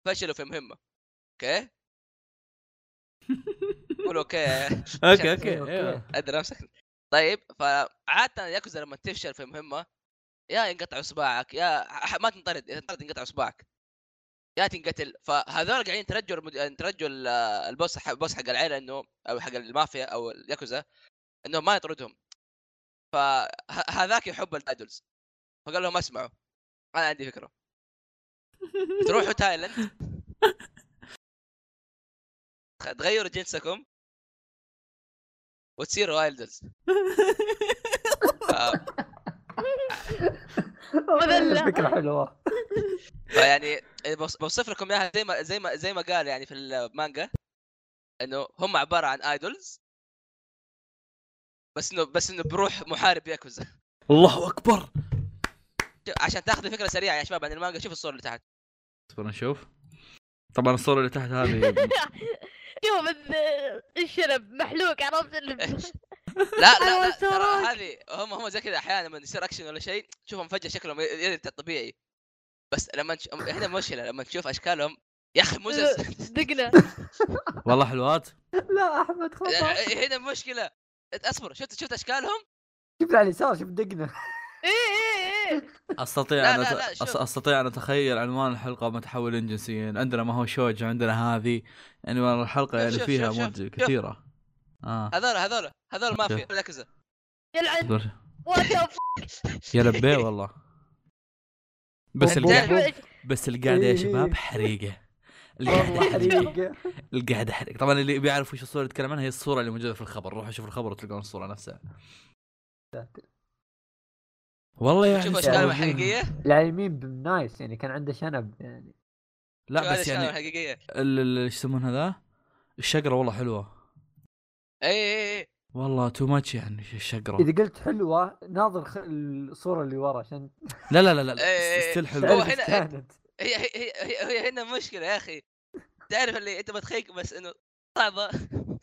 فشلوا في مهمة اوكي؟ قول اوكي اوكي إيه، أوكي. اوكي أيوة. ادري نفسك طيب فعاده ياكوزا لما تفشل في مهمه يا ينقطع صباعك يا ح- ما تنطرد اذا انطرد ينقطع صباعك يا تنقتل فهذول قاعدين ترجوا المد... ترجوا ال- البوس ح- البوس حق العيله انه او حق المافيا او الياكوزا انه ما يطردهم فهذاك يحب الايدولز فقال لهم اسمعوا انا عندي فكره تروحوا تايلاند تغيروا جنسكم وتصيروا ايدولز آه، مذلة. فكرة حلوة فيعني إيه، بوص- بوصف لكم اياها زي ما زي ما زي ما قال يعني في المانجا انه هم عباره عن ايدولز بس انه بس انه بروح محارب ياكوزا الله اكبر عشان تاخذ فكره سريعه يا شباب عن المانجا شوف الصور اللي تحت اصبر نشوف طبعا الصورة اللي تحت هذه شوف ال- الشنب محلوق عرفت ال- لا لا, أيوة لا ترى صوروك. هذه هم هم زي كذا احيانا لما يصير اكشن ولا شيء تشوفهم فجاه شكلهم يرجع طبيعي بس لما نش... هنا مشكله لما تشوف اشكالهم يا اخي إيه، مزز دقنا والله حلوات لا أحمد خطأ هنا مشكله اصبر شفت شفت اشكالهم شوف على اليسار شوف دقنا اي اي اي استطيع لا، ان لا، أت- لا، شوف. أس- استطيع ان اتخيل عنوان الحلقة متحولين جنسيا عندنا ما هو شوج عندنا هذه عنوان الحلقة شوف، يعني شوف، فيها شوف، شوف، منتج شوف. كثيرة اه هذول هذول هذول ما في أوكي. ياكوزا يلعن اصبر. وات ذا يا لبيه والله بس بوم القعدة بوم. ف- بس القعده يا إيه. شباب حريقه القعده والله حريقه حريقة القعده حريقه طبعا اللي بيعرف وش الصوره اللي يتكلم عنها هي الصوره اللي موجوده في الخبر روحوا شوفوا الخبر وتلقون الصوره نفسها والله يعني شوف أشكال سبحان الله. اشكالهم الحقيقيه العلمين نايس يعني كان عنده شنب يعني لا هذا بس الشعر يعني الحقيقيه ال- ال- ايش يسمون هذا الشقره والله حلوه اي اي اي والله تو ماتش يعني الشقره إذا قلت حلوة ناظر خ- الصورة اللي ورا عشان لا لا لا لا إيه. ستيل هو حلوه تعرف هنا- إيش كانت هي هي هي, هي هنا مشكله يا اخي تعرف اللي انت بتخيك بس انه صعبه فجاه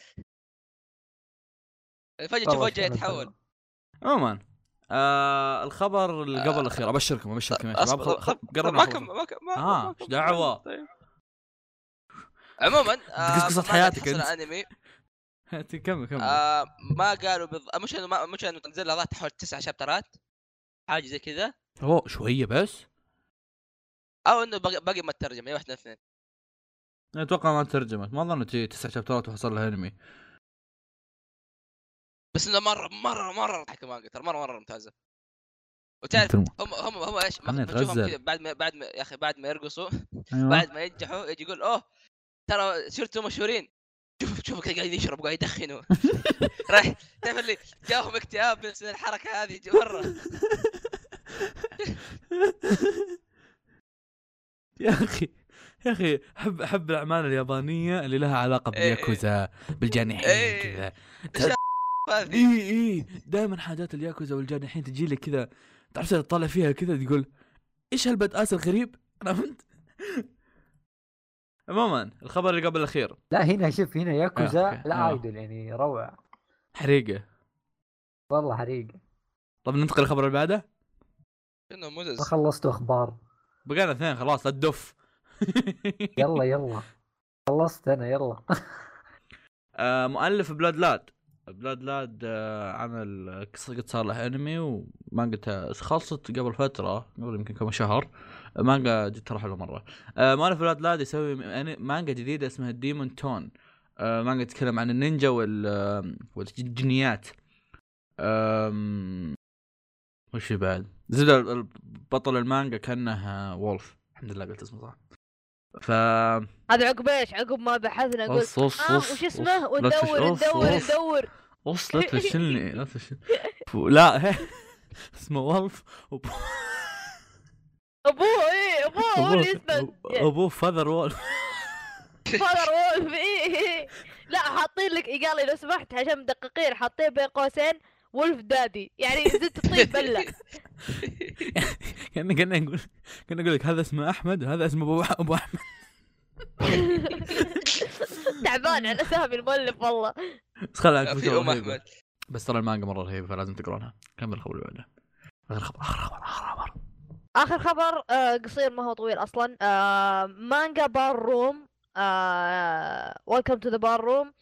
تشوف والله شنب وجهه يتحول حلوة. عموما آه الخبر اللي قبل الاخير ابشركم ابشركم يا شباب خ- خ- طب قربنا ما نخلص. كم ما كم ما آه، ما كم- إيش دعوة؟ طيب. عموما آه، تقصقصت ما قاعد حياتك تحصل أنت. على انمي كمل كمل آه، ما قالوا بالض... مش انه ما- مش انه نزل لها حول تسع شابترات حاجه زي كذا اوه شويه بس او انه باقي باقي ما الترجمه هي واحده يعني اثنين أنا اتوقع ما ترجمت ما اظن تجي تسع شابترات وحصل لها انمي بس انه مره مره مره الحكي مانجا ترى مره مره ممتازه وتعرف ترم- هم هم هم ايش ما- خلنا بنشوفهم نتغزل. كذا بعد ما بعد ما يا اخي بعد ما يرقصوا أيوة. بعد ما ينجحوا يجي يقول اوه ترى صرتوا مشهورين شوف شوف كذا قاعد يشرب قاعد يدخنوا رايح تعرف اللي جاهم اكتئاب بس من الحركه هذه مره يا اخي يا اخي احب احب الاعمال اليابانيه اللي لها علاقه إيه، إيه. بالياكوزا بالجانحين إيه. كذا هذه اي اي دائما حاجات الياكوزا والجانحين تجي لك كذا تعرف تطالع فيها كذا تقول ايش هالبداس الغريب؟ عرفت؟ عموما الخبر اللي قبل الاخير لا هنا شوف هنا آه، ياكوزا أوكي. لا آه. ايدول يعني روعه حريقه والله حريقه طب ننتقل للخبر اللي بعده؟ انه مزز ما خلصتوا اخبار بقينا اثنين خلاص لا تدف يلا يلا خلصت انا يلا آه، مؤلف بلاد لاد بلاد لاد آه، عمل قص- قد صار له انمي ومانجتها خلصت قبل فتره قبل يمكن كم شهر مانجا جتها حلوه مره آه، مؤلف بلاد لاد يسوي م- أني- مانجا جديده اسمها ديمون تون آه، مانجا تتكلم عن النينجا وال آم، والجنيات آم، وش في بعد؟ زبده ال- ال- بطل المانجا كانه آه، وولف الحمد لله قلت اسمه صح ف هذا عقب ايش عقب ما بحثنا اقول أص- أص- اه أص- وش أص. اسمه لا تش- وندور أص- ندور أص. ندور اوف لا تفشلني لا تفشلني فو- لا هي- اسمه ولف وب- ابوه ايه ابوه هو اللي اسمه ابوه فذر وولف فاذر وولف ايه إيه. لا حاطين لك إيه، قال لي لو سمحت عشان مدققين حاطين بين قوسين ولف دادي يعني زدت تطيب بله كنا كنا نقول كنا نقول لك هذا اسمه احمد وهذا اسمه ابو ابو احمد تعبان على اسامي المؤلف والله بس خلها في ام احمد بس ترى المانجا مره رهيبه فلازم تقرونها كمل الخبر اللي بعده اخر خبر اخر خبر اخر خبر اخر خبر آه، قصير ما هو طويل اصلا آه، مانجا بار روم آه، ويلكم تو ذا بار روم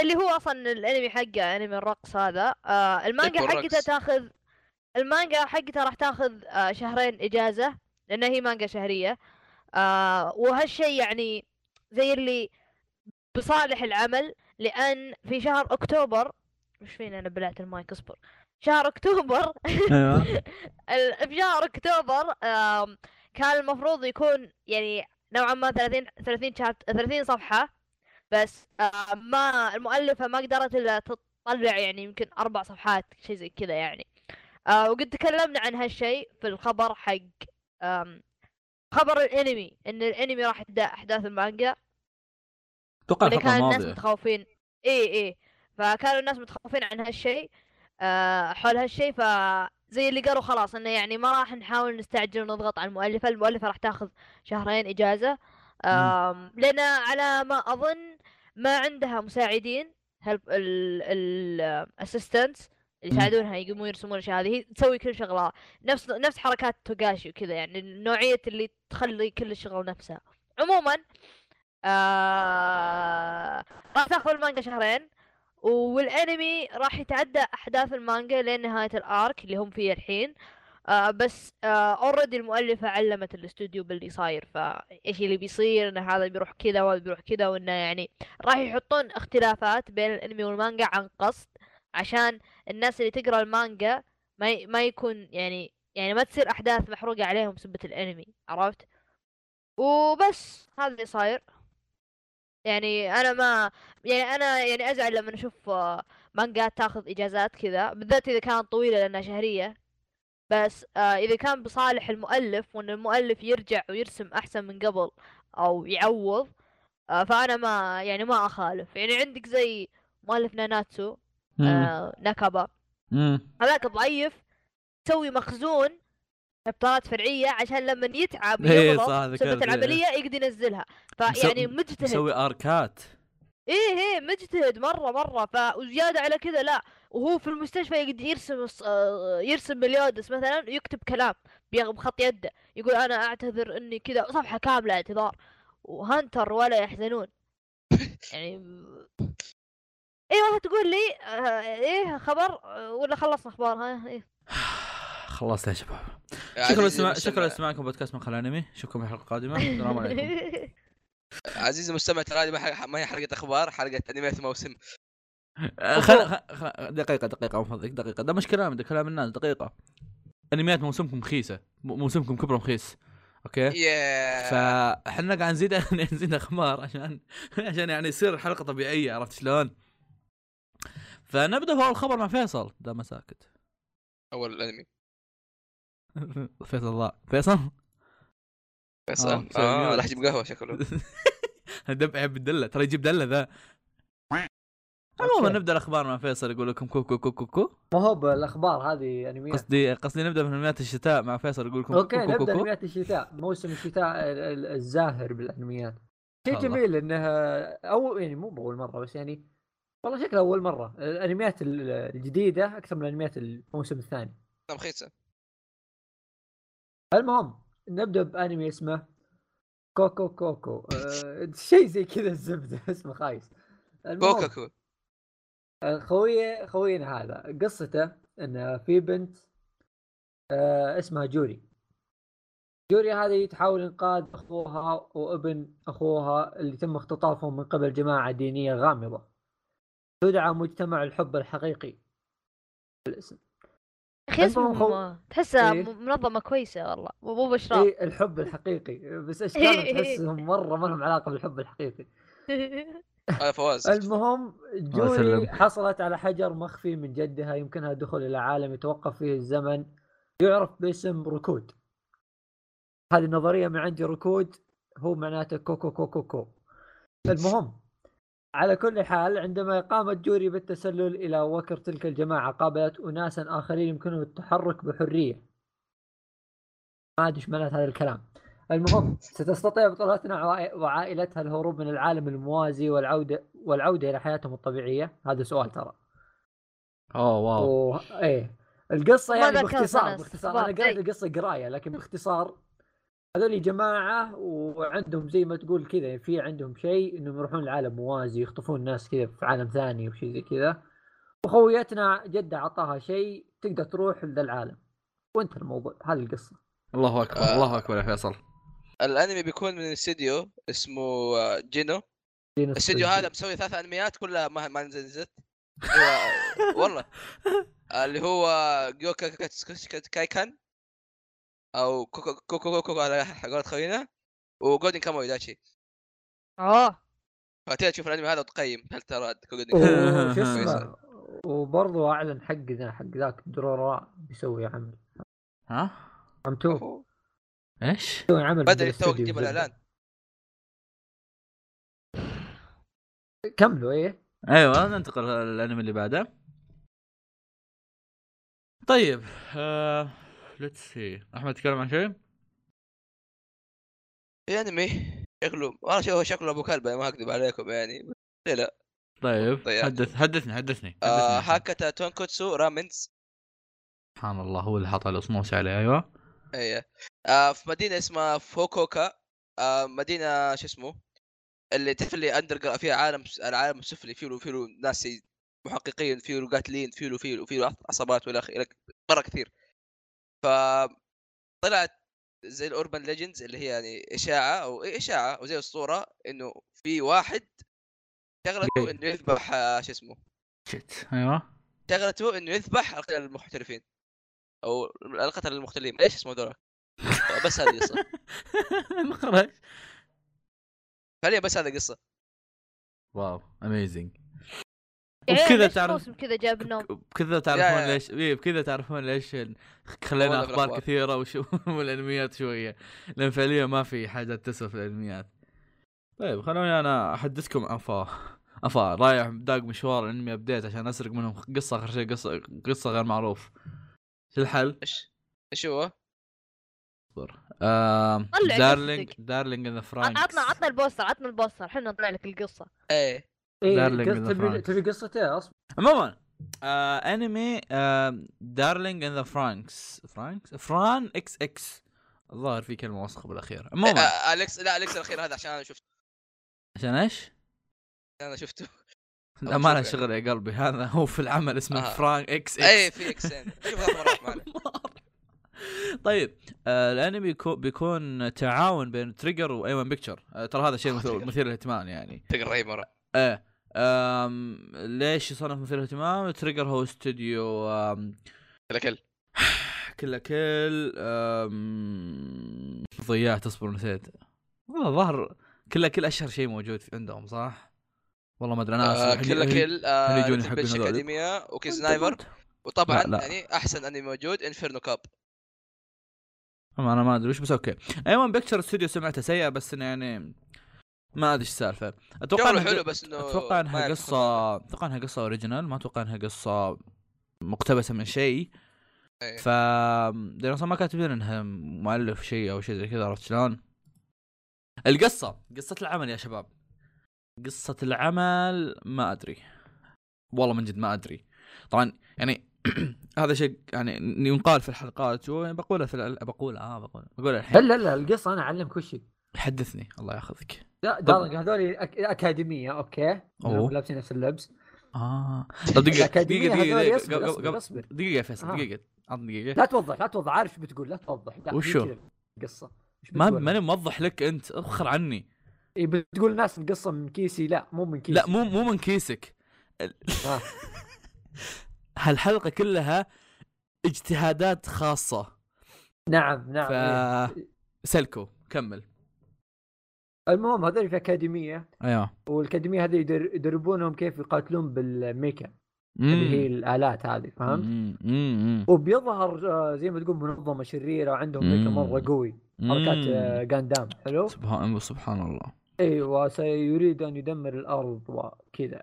اللي هو اصلا الانمي حقه انمي الرقص هذا آه، المانجا إيكو حقته الرقص. تاخذ المانجا حقته راح تاخذ آه، شهرين اجازه لان هي مانجا شهريه آه، وهالشيء يعني زي اللي بصالح العمل لان في شهر اكتوبر مش فينا انا بلعت المايك اصبر شهر اكتوبر ايوه ال- في شهر اكتوبر آم، كان المفروض يكون يعني نوعا ما 30 30 شابت 30 صفحة بس آم، ما المؤلفة ما قدرت الا تطلع يعني يمكن اربع صفحات شيء زي كذا يعني آه، وقد تكلمنا عن هالشيء في الخبر حق آم، خبر الانمي ان الانمي راح يبدا احداث المانجا اتوقع اللي الحلقه كان الناس الماضيه متخوفين اي اي فكانوا الناس متخوفين عن هالشيء آه حول هالشيء فزي اللي قالوا خلاص انه يعني ما راح نحاول نستعجل ونضغط على المؤلفه المؤلفه راح تاخذ شهرين اجازه آم لان على ما اظن ما عندها مساعدين هيلب الاسيستنتس اللي مم. يساعدونها يقومون يرسمون الاشياء هذه هي تسوي كل شغلها نفس نفس حركات توغاشي وكذا يعني نوعيه اللي تخلي كل الشغل نفسها عموما آه... راح تاخذ المانجا شهرين والانمي راح يتعدى احداث المانجا لنهايه الارك اللي هم فيه الحين آه بس اوريدي المؤلفه علمت الاستوديو باللي صاير فايش اللي بيصير ان هذا بيروح كذا وهذا بيروح كذا وانه يعني راح يحطون اختلافات بين الانمي والمانجا عن قصد عشان الناس اللي تقرا المانجا ما ي... ما يكون يعني يعني ما تصير احداث محروقه عليهم بسبه الانمي عرفت وبس هذا اللي صاير يعني انا ما يعني انا يعني ازعل لما اشوف آه، مانجات تاخذ اجازات كذا بالذات اذا كانت طويله لانها شهريه بس آه، اذا كان بصالح المؤلف وان المؤلف يرجع ويرسم احسن من قبل او يعوض آه، فانا ما يعني ما اخالف يعني عندك زي مؤلف ناناتسو آه، ناكابا مم. هذاك ضعيف تسوي مخزون شابترات فرعيه عشان لما يتعب إيه، ويغلط صح، ذكرت، بسبة إيه. العمليه يقدر ينزلها فيعني مجتهد مسوي اركات إيه، ايه ايه مجتهد مره مره ف وزياده على كذا لا وهو في المستشفى يقعد يرسم الص- آه، يرسم بليودس مثلا ويكتب كلام بيغ- بخط يده يقول انا اعتذر اني كذا صفحه كامله اعتذار وهانتر ولا يحزنون يعني اي والله تقول لي آه، ايه خبر آه، ولا خلصنا اخبار ها إيه. خلصت يا شباب شكرا عزيزي لسماع... المستمع- شكرا لسماعكم بودكاست من خلال انمي اشوفكم في الحلقه القادمه السلام عليكم عزيزي المستمع ترى هذه ما ح- ما هي حلقه اخبار حلقه انميات موسم آه، خل... خل... خل... دقيقه دقيقه أو فضلك دقيقه ده مش كلام ده كلام الناس دقيقه انميات موسمكم خيسه م- موسمكم كبره مخيس إيه. اوكي يا فاحنا قاعد نزيد نزيد اخبار عشان عشان يعني يصير الحلقه طبيعيه عرفت شلون؟ فنبدا باول خبر مع فيصل ده ما ساكت اول الانمي فيصل ضاع فيصل بس آه، اه, سوري، آه ميوت. راح يجيب قهوه شكله دب يحب الدله ترى يجيب دله ذا عموما نبدا الاخبار مع فيصل يقول لكم كو كو كو كو كو ما هو بالاخبار هذه انميات قصدي قصدي نبدا من انميات الشتاء مع فيصل يقول لكم اوكي كو كو كو نبدا كو. انميات الشتاء موسم الشتاء ال- ال- الزاهر بالانميات شيء الله. جميل انها اول يعني مو باول مره بس يعني والله شكلها اول مره الانميات ال- الجديده اكثر من الانميات الموسم الثاني أنا مخيسه المهم نبدا بانمي اسمه كوكو كوكو أه شيء زي كذا الزبده اسمه خايس المهم، كوكاكو أه، خويه خوينا هذا قصته انه في بنت أه اسمها جوري جوري هذه تحاول انقاذ اخوها وابن اخوها اللي تم اختطافهم من قبل جماعه دينيه غامضه تدعى مجتمع الحب الحقيقي اخي المهم خو- اسمه تحسها إيه. م- منظمه كويسه والله مو بشرى اي إيه، الحب الحقيقي بس اشكالهم تحسهم مره ما لهم علاقه بالحب الحقيقي إيه. هذا آه، فواز المهم جولي يسلمك. حصلت على حجر مخفي من جدها يمكنها الدخول الى عالم يتوقف فيه الزمن يعرف باسم ركود هذه النظريه من عندي ركود هو معناته كوكو كوكو كو المهم على كل حال عندما قامت جوري بالتسلل الى وكر تلك الجماعه قابلت اناسا اخرين يمكنهم التحرك بحريه ما ادري ايش معنات هذا الكلام المهم ستستطيع بطلتنا وعائ- وعائلتها الهروب من العالم الموازي والعوده والعوده الى حياتهم الطبيعيه هذا سؤال ترى اوه آه، واو و... ايه القصه ما يعني ذكرت باختصار أنا باختصار الصباح، انا قريت إيه. القصه قرايه لكن باختصار هذول جماعه وعندهم زي ما تقول كذا يعني في عندهم شيء انهم يروحون لعالم موازي يخطفون ناس كذا في عالم ثاني وشيء زي كذا وخويتنا جده عطاها شيء تقدر تروح لذا العالم وانت الموضوع هذه القصه الله اكبر آه. الله اكبر يا فيصل الانمي بيكون من استديو اسمه آه، جينو الاستديو هذا مسوي ثلاث انميات كلها ما ما نزلت هو- آه، والله اللي هو جيوكا كايكان او كوكو كوكو كوكو على قولة خوينا وجولدن كاموي داشي اه فتقدر تشوف الانمي هذا وتقيم هل ترى جولدن كاموي وش كويسة. اسمه وبرضه اعلن حق ذا حق ذاك درورا بيسوي عمل ها عم تو هو- ايش؟ بيسوي عمل بدري بدل توك استوديو جيب جداً. الاعلان كملوا ايه ايوه ننتقل للانمي اللي بعده طيب ليتس سي احمد تتكلم عن شيء؟ في انمي شكله والله شو- شكله ابو كلبه ما اكذب عليكم يعني ليه لا طيب طيب. حدث حدثني حدثني آه، حدثني. هاكتا تونكوتسو رامنز سبحان الله هو اللي حط الاصنوس عليه ايوه ايه آه في مدينه اسمها فوكوكا آه مدينه شو اسمه اللي تعرف اللي اندر فيها عالم العالم السفلي فيه له فيه له ناس محققين فيه له قاتلين فيه له فيه له فيه له عصابات والى اخره مره كثير ف طلعت زي الاوربن ليجندز اللي هي يعني اشاعه او إيه اشاعه او زي اسطوره انه في واحد شغلته جاي. انه يذبح آه، شو اسمه شت ايوه شغلته انه يذبح القتله المحترفين او القتله المختلفين ايش اسمه ذولا بس هذه القصه مخرج فعليا بس هذا قصه واو اميزنج يعني وبكذا ليش تعرف- موسم كذا جاب النوم بكذا يا- تعرفون يا. ليش إيه، بكذا تعرفون ليش ال- والله خلينا في اخبار الأخبار. كثيره وش... والانميات شويه لان فعليا ما في حاجه تسوى في الانميات طيب خلوني انا احدثكم افا افا رايح داق مشوار انمي ابديت عشان اسرق منهم قصه اخر شيء قصه قصه غير معروف شو الحل؟ ايش ايش هو؟ اصبر آم، طلع دارلينج قصتك. دارلينج ان ذا فرانكس عطنا عطنا البوستر عطنا البوستر احنا نطلع لك القصه ايه ايه دارلينج قص- من تبي الفرانكس. تبي قصته اصبر عموما آه انمي آه دارلينج ان ذا فرانكس فرانكس فران اكس اكس الظاهر في كلمه وسخه بالاخير عموما آه، اليكس لا اليكس الاخير هذا عشان انا شفته عشان ايش؟ عشان انا شفته لا ما له شغل يا قلبي هذا هو في العمل اسمه آه. فرانك اكس اكس اي في اكسين شوف مرات معنا طيب آه الانمي كو- بيكون تعاون بين تريجر وايمن بيكتشر آه ترى هذا شيء آه، مثير تريجر. مثير للاهتمام يعني تقرا رهيب مره ايه آم، ليش يصنف مثير للاهتمام؟ تريجر هو استوديو آم، الاكل كله كل آم، ضيعت اصبر نسيت والله ظهر كله كل اشهر شيء موجود في- عندهم صح؟ والله ما ادري انا آسف. هني- آه، كل هني- كل آه، هني يجون يحبون بيتش هذول. اكاديميا وكيز آه، نايفر وطبعا لا، لا. يعني احسن انمي موجود انفيرنو كاب أما انا ما ادري وش بس اوكي ايوان بيكتشر استوديو سمعته سيئه بس انه يعني ما ادري ايش السالفه اتوقع شغله إنه- حلو بس انه اتوقع ما انها يعرف قصه اتوقع انها قصه اوريجينال ما اتوقع انها قصه مقتبسه من شيء إيه. ف لان اصلا ما كاتب لنا انها مؤلف شيء او شيء زي كذا عرفت شلون؟ القصه قصه العمل يا شباب قصه العمل ما ادري والله من جد ما ادري طبعا يعني هذا شيء يعني ينقال في الحلقات وبقوله في الأل- بقوله اه بقوله بقوله لا الحين لا لا القصه انا اعلمك وش هي. حدثني الله ياخذك لا دارلينج هذول أك- اكاديميه اوكي أوه. لابسين نفس اللبس اه طب دقيقه دقيقه الأكاديمية دقيقه هذول دقيقه يصبر- قبل- يصبر- قبل- يصبر. دقيقه يا فيصل آه. دقيقه عطني دقيقه لا توضح لا توضح عارف شو بتقول لا توضح لا، وشو؟ هي كذا القصه إيش ما بتقول؟ ماني موضح لك انت ابخر عني إيه، بتقول ناس القصه من كيسي لا مو من كيسي لا مو مو من كيسك آه. هالحلقه كلها اجتهادات خاصه نعم ف نعم إيه. سلكو كمل المهم هذول في اكاديميه ايوه والاكاديميه هذه يدر- يدربونهم كيف يقاتلون بالميكا اللي هي الالات هذه فهمت؟ فهمت وبيظهر آه، زي ما تقول منظمه شريره وعندهم ميكا مم. مره قوي حركات آه، غاندام حلو سبحان سبحان الله ايوه سيريد ان يدمر الارض وكذا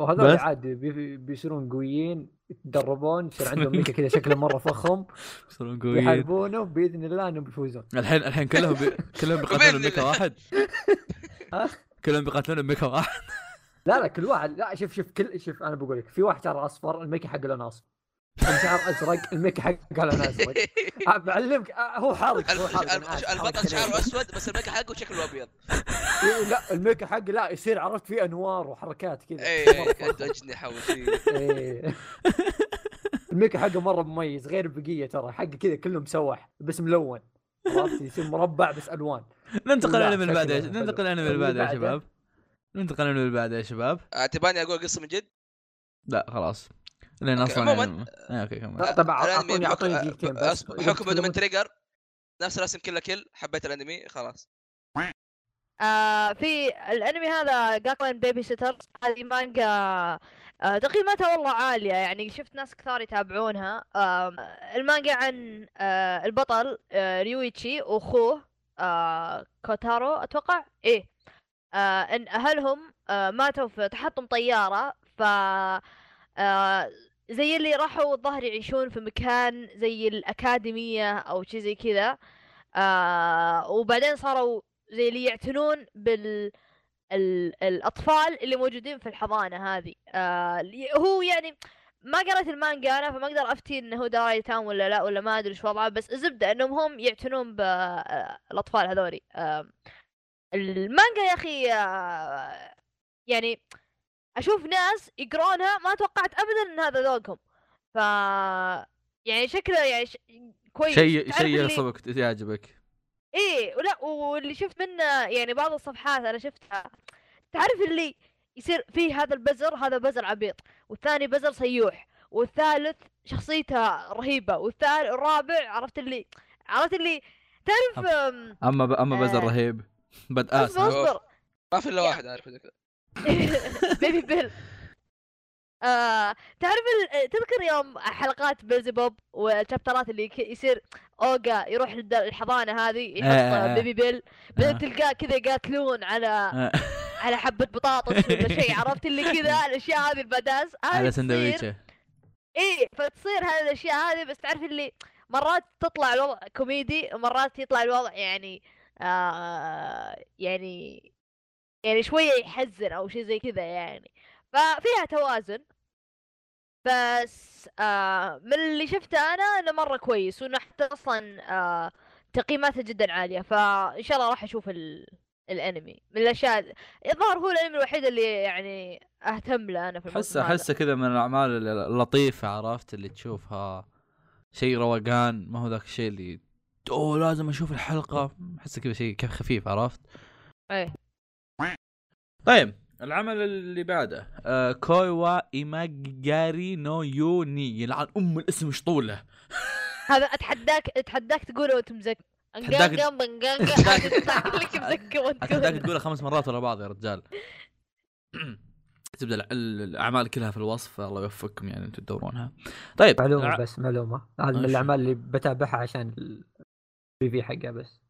وهذول بس؟ عادي بي- بيصيرون قويين يتدربون يصير عندهم ميكا كذا شكله مره فخم يصيرون قويين يحاربونه باذن الله انهم بيفوزون الحين الحين كلهم بي... كلهم بإذن بيقاتلون الله. بميكا واحد ها؟ كلهم بيقاتلون بميكا واحد لا لا كل واحد لا شوف شوف كل شوف انا بقول لك في واحد شعره اصفر الميكا حقه لونه اصفر اللي شعره ازرق الميكا حقه لونه ازرق أ- بعلمك أ- هو حارق هو الف- حارق الف- أنا آسف، البطل حركت شعره عليه. اسود بس الميك حقه شكله ابيض إيه، لا الميكا حقه لا يصير عرفت فيه انوار وحركات كذا اي مرة أي، فخم. عنده اجنحه إيه، وشي إيه. الميكا حقه مره مميز غير البقيه ترى حقه كذا كله مسوح بس ملون عرفت يصير مربع بس الوان ننتقل لا، الى من بعد يا- شكله حلو. ننتقل الى من اللي بعد يا بعده. شباب ننتقل الى من بعد يا شباب آه، تباني اقول قصه من جد؟ لا خلاص لان أوكي، اصلا عموماً. يعني... آه، أي، اوكي كمل لا، طبعا اعطوني الأنمي بحكم- آه، اعطوني دقيقتين بس أصب- حكم انه من تريجر نفس رسم كله كل حبيت الانمي خلاص آه في الانمي هذا جاكلين بيبي سيتر هذه مانجا آه تقييماتها والله عالية يعني شفت ناس كثار يتابعونها آه المانجا عن آه البطل آه ريويتشي واخوه آه كوتارو اتوقع ايه آه ان اهلهم آه ماتوا في تحطم طيارة ف آه زي اللي راحوا الظهر يعيشون في مكان زي الأكاديمية أو شي زي كذا آه وبعدين صاروا زي اللي يعتنون بال ال... الأطفال اللي موجودين في الحضانة هذه آه اللي- هو يعني ما قرأت المانجا أنا فما أقدر أفتي إنه هو داري تام ولا لا ولا ما أدري إيش وضعه بس الزبدة إنهم هم يعتنون بالأطفال هذولي آه المانجا يا أخي آه يعني اشوف ناس يقرونها ما توقعت ابدا ان هذا ذوقهم ف يعني شكله يعني ش... كويس شيء تعرف شيء اللي- يعصبك يعجبك ايه ولا واللي شفت منه يعني بعض الصفحات انا شفتها تعرف اللي يصير فيه هذا البزر هذا بزر عبيط والثاني بزر سيوح والثالث شخصيته رهيبة والثالث الرابع عرفت اللي عرفت اللي تعرف أم، اما ب... اما بزر آه. رهيب بد آه، اس اصبر ها؟ اصبر ما في الا واحد عارف ذاك بيبي بيل آه، تعرف ال... تذكر يوم حلقات بيلزبوب والشابترات اللي ك... يصير اوجا يروح للد- الحضانه هذه آه، آه، يحط بيبي بيل آه. بعدين تلقاه كذا يقاتلون على آه. على حبه بطاطس ولا شيء عرفت اللي كذا الاشياء هذه البداز على سندويشه اي إيه، فتصير هذه الاشياء هذه بس تعرف اللي مرات تطلع الوضع كوميدي ومرات يطلع الوضع يعني آه يعني يعني شويه يحزن او شيء زي كذا يعني ففيها توازن بس آه من اللي شفته انا انه مره كويس وانه حتى اصلا آه تقييماته جدا عاليه فان شاء الله راح اشوف ال... الانمي من الاشياء الظاهر هو الانمي الوحيد اللي يعني اهتم له انا في الموسم احسه هذا. احسه كذا من الاعمال ال- اللطيفه عرفت اللي تشوفها شيء روقان ما هو ذاك الشيء اللي اوه لازم اشوف الحلقه احسه كذا شيء كيف خفيف عرفت؟ إيه. طيب العمل اللي بعده آه كويوا ايماجاري نو يوني يلعن ام الاسم ايش طوله هذا اتحداك اتحداك تقوله وانت مزك أتحداك- انقنقن بنقنقن أتحداك- تطلع لك مزكي وانت اتحداك تقوله تقولها خمس مرات ورا بعض يا رجال تبدا الع- الاعمال كلها في الوصف الله يوفقكم يعني انتم تدورونها طيب معلومه الع- بس معلومه هذا من ماشي. الاعمال اللي بتابعها عشان الريفي حقها بس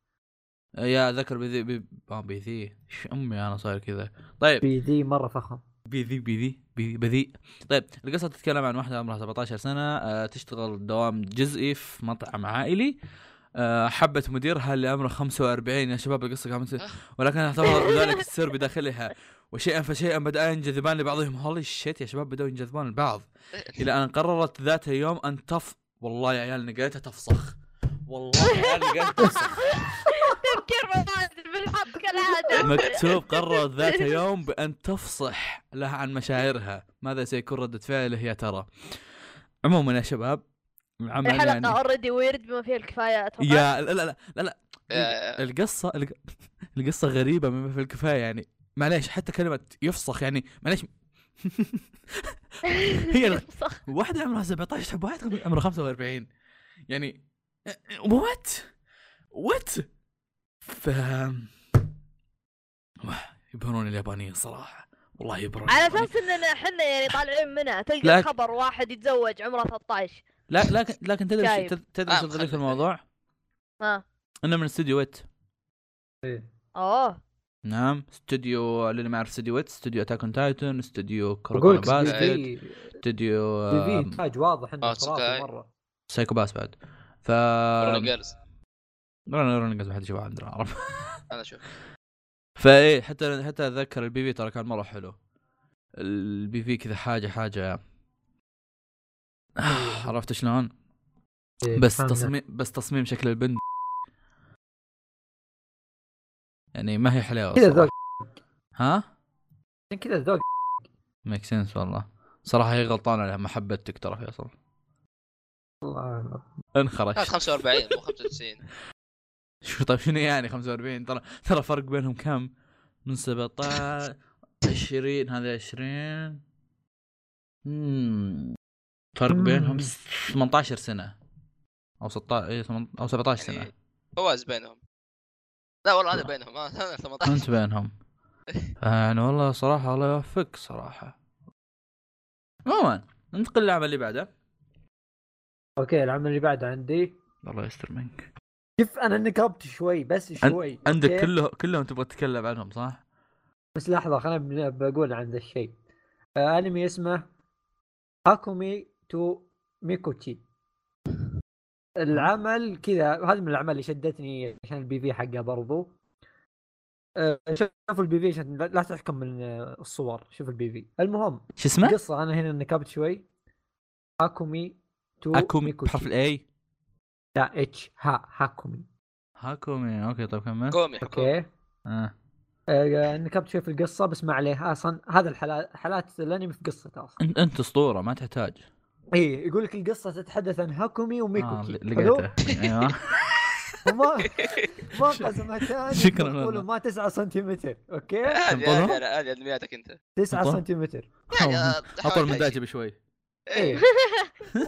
يا ذكر بيذي بي... آه، بيذي إيش امي انا صاير كذا طيب في ذي مره فخم بيذي بيذي بيذي بذيء طيب القصه تتكلم عن واحده عمرها 17 سنه آه، تشتغل دوام جزئي في مطعم عائلي آه، حبت مديرها اللي عمره 45 يا شباب القصه كانت ولكنها تظهر ذلك السر بداخلها وشيئا فشيئا بدا ينجذبان لبعضهم هولي شيت يا شباب بداوا ينجذبان لبعض الى ان قررت ذات يوم ان تف والله يا عيال إني قريتها تفصخ والله يا عيال إني قريتها تفصخ تفكير موازي بالحق كالعاده مكتوب قررت ذات يوم بأن تفصح لها عن مشاعرها ماذا سيكون ردة فعله يا ترى عموما يا شباب العمل الحلقه يعني اوريدي ويرد بما فيها الكفايه اتوقع يا لا لا لا, لا, لا. آه، القصة الق- القصة غريبة مما في الكفاية يعني معليش حتى كلمة يفصخ يعني معليش هي- صح. واحدة عمرها 17 تحب واحد عمره 45 يعني وات وات ف يبهرون اليابانيين صراحة والله يبهرون على اليابانيين. اساس اننا احنا يعني طالعين منها لا. تلقى خبر واحد يتزوج عمره 13 لا لكن لكن تدري شايب. وش- تدري آه، وش الغريب مخلف في الموضوع؟ ها انه من استوديو ويت اوه نعم استوديو اللي ما يعرف استوديو ويت استوديو اتاك اون تايتن استوديو اقول كورونا لك باسكت في استوديو في انتاج واضح انه آه، سكاي. خرافي مره سايكو باس بعد ف كورونا جيرلز رونا رونا قصدي ما حد يشوفها عندنا عرب انا اشوف فايه حتى حتى اتذكر البي في ترى كان مره حلو البي في كذا حاجه حاجه آه، عرفت شلون؟ إيه، بس فهمنا. تصميم بس تصميم شكل البنت يعني ما هي حلاوه كذا صراحة. ذوق ها؟ عشان كذا ذوق ميك سنس والله صراحه هي غلطانه لما حبتك ترى فيصل الله كانت انخرش 45 مو 95 شو طيب شنو يعني 45 ترى ترى فرق بينهم كم من 17 20 هذا 20 امم فرق بينهم مم. 18 سنه او 16 إيه، 18 او 17 سنه إيه. يعني فواز بينهم لا والله انا بينهم آه، انا أنا 18 انت بينهم يعني والله صراحه الله يوفقك صراحه عموما ننتقل للعمل اللي بعده اوكي العمل اللي بعده عندي الله يستر منك شوف انا نقبت شوي بس شوي عندك أوكي؟ كله كلهم تبغى تتكلم عنهم صح؟ بس لحظه خليني بقول عن ذا الشيء آه، انمي اسمه هاكومي تو ميكوتشي العمل كذا هذا من الاعمال اللي شدتني عشان البي في حقه برضو آه، شوف البي في عشان لا- لا تحكم من آه، الصور شوف البي في المهم شو اسمه؟ قصه انا هنا نكبت شوي هاكومي تو هاكومي ميكوتشي. بحرف الاي لا اتش ها هاكومي هاكومي اوكي طيب كمل كومي حكومي. اوكي آه. آه، نكبت شوي في القصه بس ما عليه اصلا هذا الحالات حالات الانمي في قصته اصلا انت انت اسطوره ما تحتاج اي يقول لك القصه تتحدث عن هاكومي آه، وميكوكي ل- حلو؟ لقيته ايوه وما ما قزمتان شكراً والله. يقولوا ما 9 سنتيمتر اوكي هذه تنبضهم؟ هذه- هذه انمياتك انت 9 والله. سنتيمتر يعني إيه، اطول من داجي داجب بشوي اي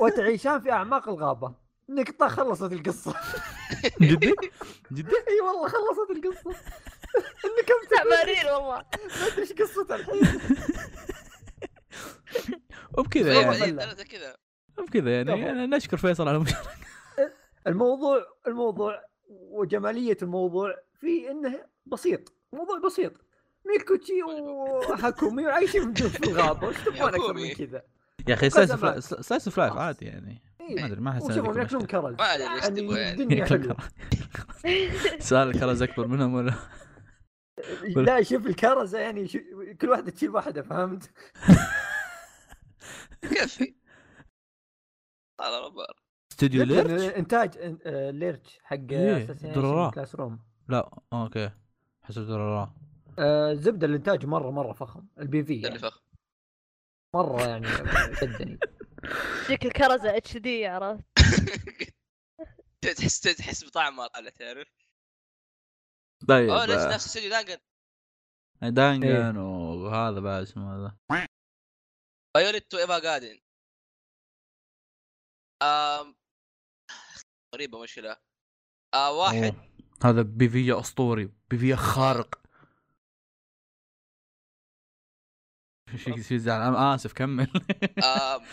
وتعيشان في اعماق الغابه نقطة خلصت القصة جدي جدي اي والله خلصت القصة انك تعبانين والله ايش قصة الحين وبكذا والله يعني بلا. كذا وبكذا يعني أنا نشكر فيصل على مش- الموضوع الموضوع وجمالية الموضوع في انه بسيط موضوع بسيط ميكوتشي طيب، وهاكومي وعايشين بدون في الغابة ايش تبغون اكثر من هاكومي. كذا؟ يا اخي قسماً. سايس اوف لايف- سايس اوف لايف عادي يعني ما اي ادري ما احس هذه وشوفوا ياكلون مشكلة. كرز ما ادري ايش تبغى يعني يعني الدنيا حلوة سؤال الكرز اكبر منهم ولا بل- لا شوف الكرزه يعني شو... كل واحده تشيل واحده فهمت؟ كيف على ربار استوديو ليرش انتاج إن- آه، ليرش حق يعني إيه، دراراه. كلاس روم لا اوكي حسب دراراه آه، زبده الانتاج مره مره فخم البي في اللي يعني فخ مره يعني شدني يجيك الكرزه اتش دي عرفت تحس تحس بطعم مرحله تعرف طيب اوه نفس آه، نفس استوديو دانجن دانجن وهذا بعد اسمه هذا فايوليت تو ايفا جاردن آم غريبه مشكله آه واحد أوه. هذا بيفيا اسطوري بيفيا خارق شو شو زعلان انا اسف كمل آم،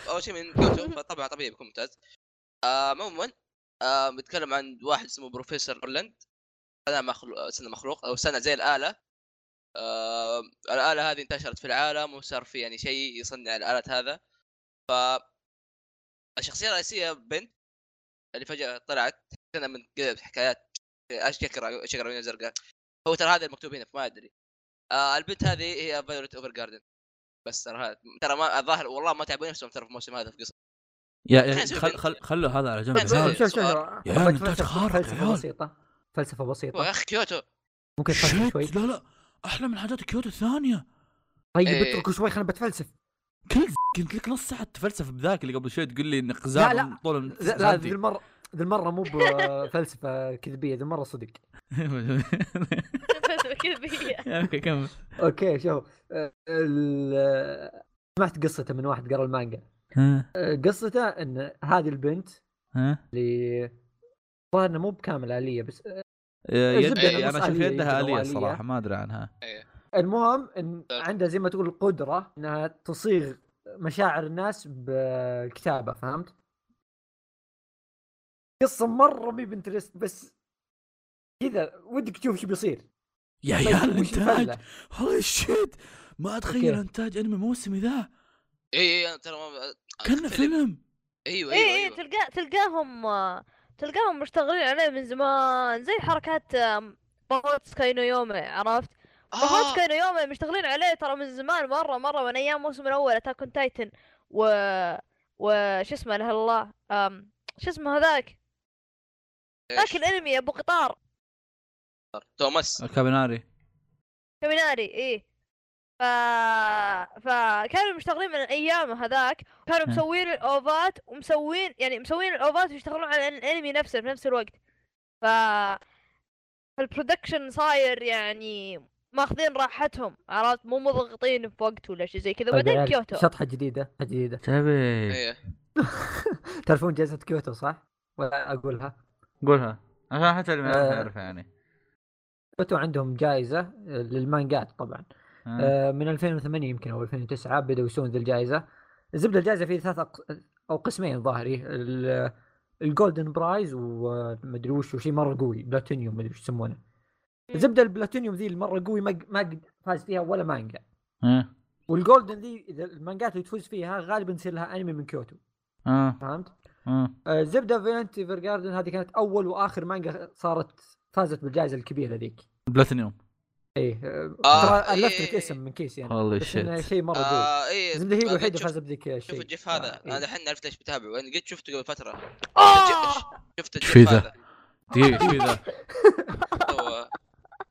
اول آه، شيء من جوتو فطبعا طبيعي بيكون ممتاز آه، آم، عموما آم، بيتكلم عن واحد اسمه بروفيسور اورلاند سنه مخلوق سنه مخلوق او سنه زي الاله آم، الاله هذه انتشرت في العالم وصار في يعني شيء يصنع الالات هذا ف الشخصيه الرئيسيه بنت اللي فجاه طلعت سنه من كذا حكايات ايش شكرا شكرا عيونها زرقاء هو ترى هذا المكتوب هنا ما ادري آه البنت هذه هي فايولت اوفر جاردن بس ترى هذا ترى ما الظاهر والله ما تعبوا نفسهم ترى في الموسم هذا في قصه يا يا خل خل خلوا هذا على جنب لا، يا عيال. شوف شوف شوف يا عيال، أعطيك إنتاج فلسفة- خارق يا عيال. فلسفه بسيطه فلسفه أوه، يا بسيطه اخي كيوتو ممكن تفكر شوي شيت، لا لا احلى من حاجات كيوتو الثانيه طيب إيه. اتركوا شوي خليني بتفلسف كل ز- كنت لك نص ساعه تفلسف بذاك اللي قبل شوي تقول لي ان قزاز لا. طول الم- ز- لا ذي ساعتي. المره ذي المره مو بفلسفه كذبيه ذي المره صدق كذبية اوكي كمل اوكي شوف آه، ال- سمعت قصته من واحد قرا المانجا ها آه، قصته ان هذه البنت ها اللي الظاهر انه مو بكامل اليه بس آه، يا- يد الزبدة انا نص اشوف آلية يدها يمكن طيب، أو آلية. اليه الصراحه ما ادري عنها المهم ان عندها زي ما تقول قدره انها تصيغ مشاعر الناس بالكتابه فهمت؟ قصه مره مي بنترست بس كذا ودك تشوف شو بيصير يا طيب عيال وش الانتاج الفلة؟ هولي شيت ما اتخيل أوكي. انتاج انمي موسمي ذا اي اي أنا ترى ما كانه فيلم ايوه ايوه اي اي ايوه تلقاه إيه، تلقاهم تلقاهم مشتغلين عليه من زمان زي حركات آم، بابوت سكاي نو يومي عرفت؟ بابوت آه، سكاي نو يومي مشتغلين عليه ترى من زمان مرة مرة من ايام الموسم الاول اتاك اون تايتن و وش اسمه له الله آم، شو اسمه هذاك؟ ذاك الانمي ابو قطار توماس كابيناري كاميناري ايه ف... فكانوا مشتغلين من ايام هذاك وكانوا ها. مسوين الاوفات ومسوين يعني مسوين الاوفات ويشتغلون على الانمي نفسه في نفس الوقت ف البرودكشن صاير يعني ماخذين راحتهم عرفت مو مضغطين في وقت ولا شيء زي كذا طيب يا وبعدين عيال، كيوتو شطحه جديده شطحة جديده تبي ايه تعرفون جائزه كيوتو صح؟ ولا اقولها؟ قولها عشان حتى اللي ما آه. يعرف يعني كيوتو عندهم جائزه آه، للمانجات طبعا ها. آه، من 2008 يمكن او 2009 بدأوا يسوون ذي الجائزه الزبده الجائزه فيه ثلاث أق... او قسمين ظاهري ال- الجولدن برايز ومدري وش وشي مره قوي بلاتينيوم مدري وش يسمونه الزبده البلاتينيوم ذي المره قوي ما ق- ما قد فاز فيها ولا مانجا ها. والجولدن ذي إذا المانجات اللي تفوز فيها غالبا يصير لها انمي من كيوتو ها. فهمت؟ ها. آه، زبده فيلنت ايفر جاردن هذه كانت اول واخر مانجا صارت فازت بالجائزه الكبيره ذيك بلاتينيوم ايه آه، آه، ترى الفت إيه. لك اسم من كيس يعني Holy بس إنه shit. شيء مره قوي آه، ايه زبده هي آه، الوحيده شوف- فازت بذيك الشيء شوف الجيف هذا آه، انا إيه. الحين عرفت ليش بتابعه انا قد شفته قبل فتره آه! شفت إيش في الجيف ذا؟ هذا دقيقة شو ذا هو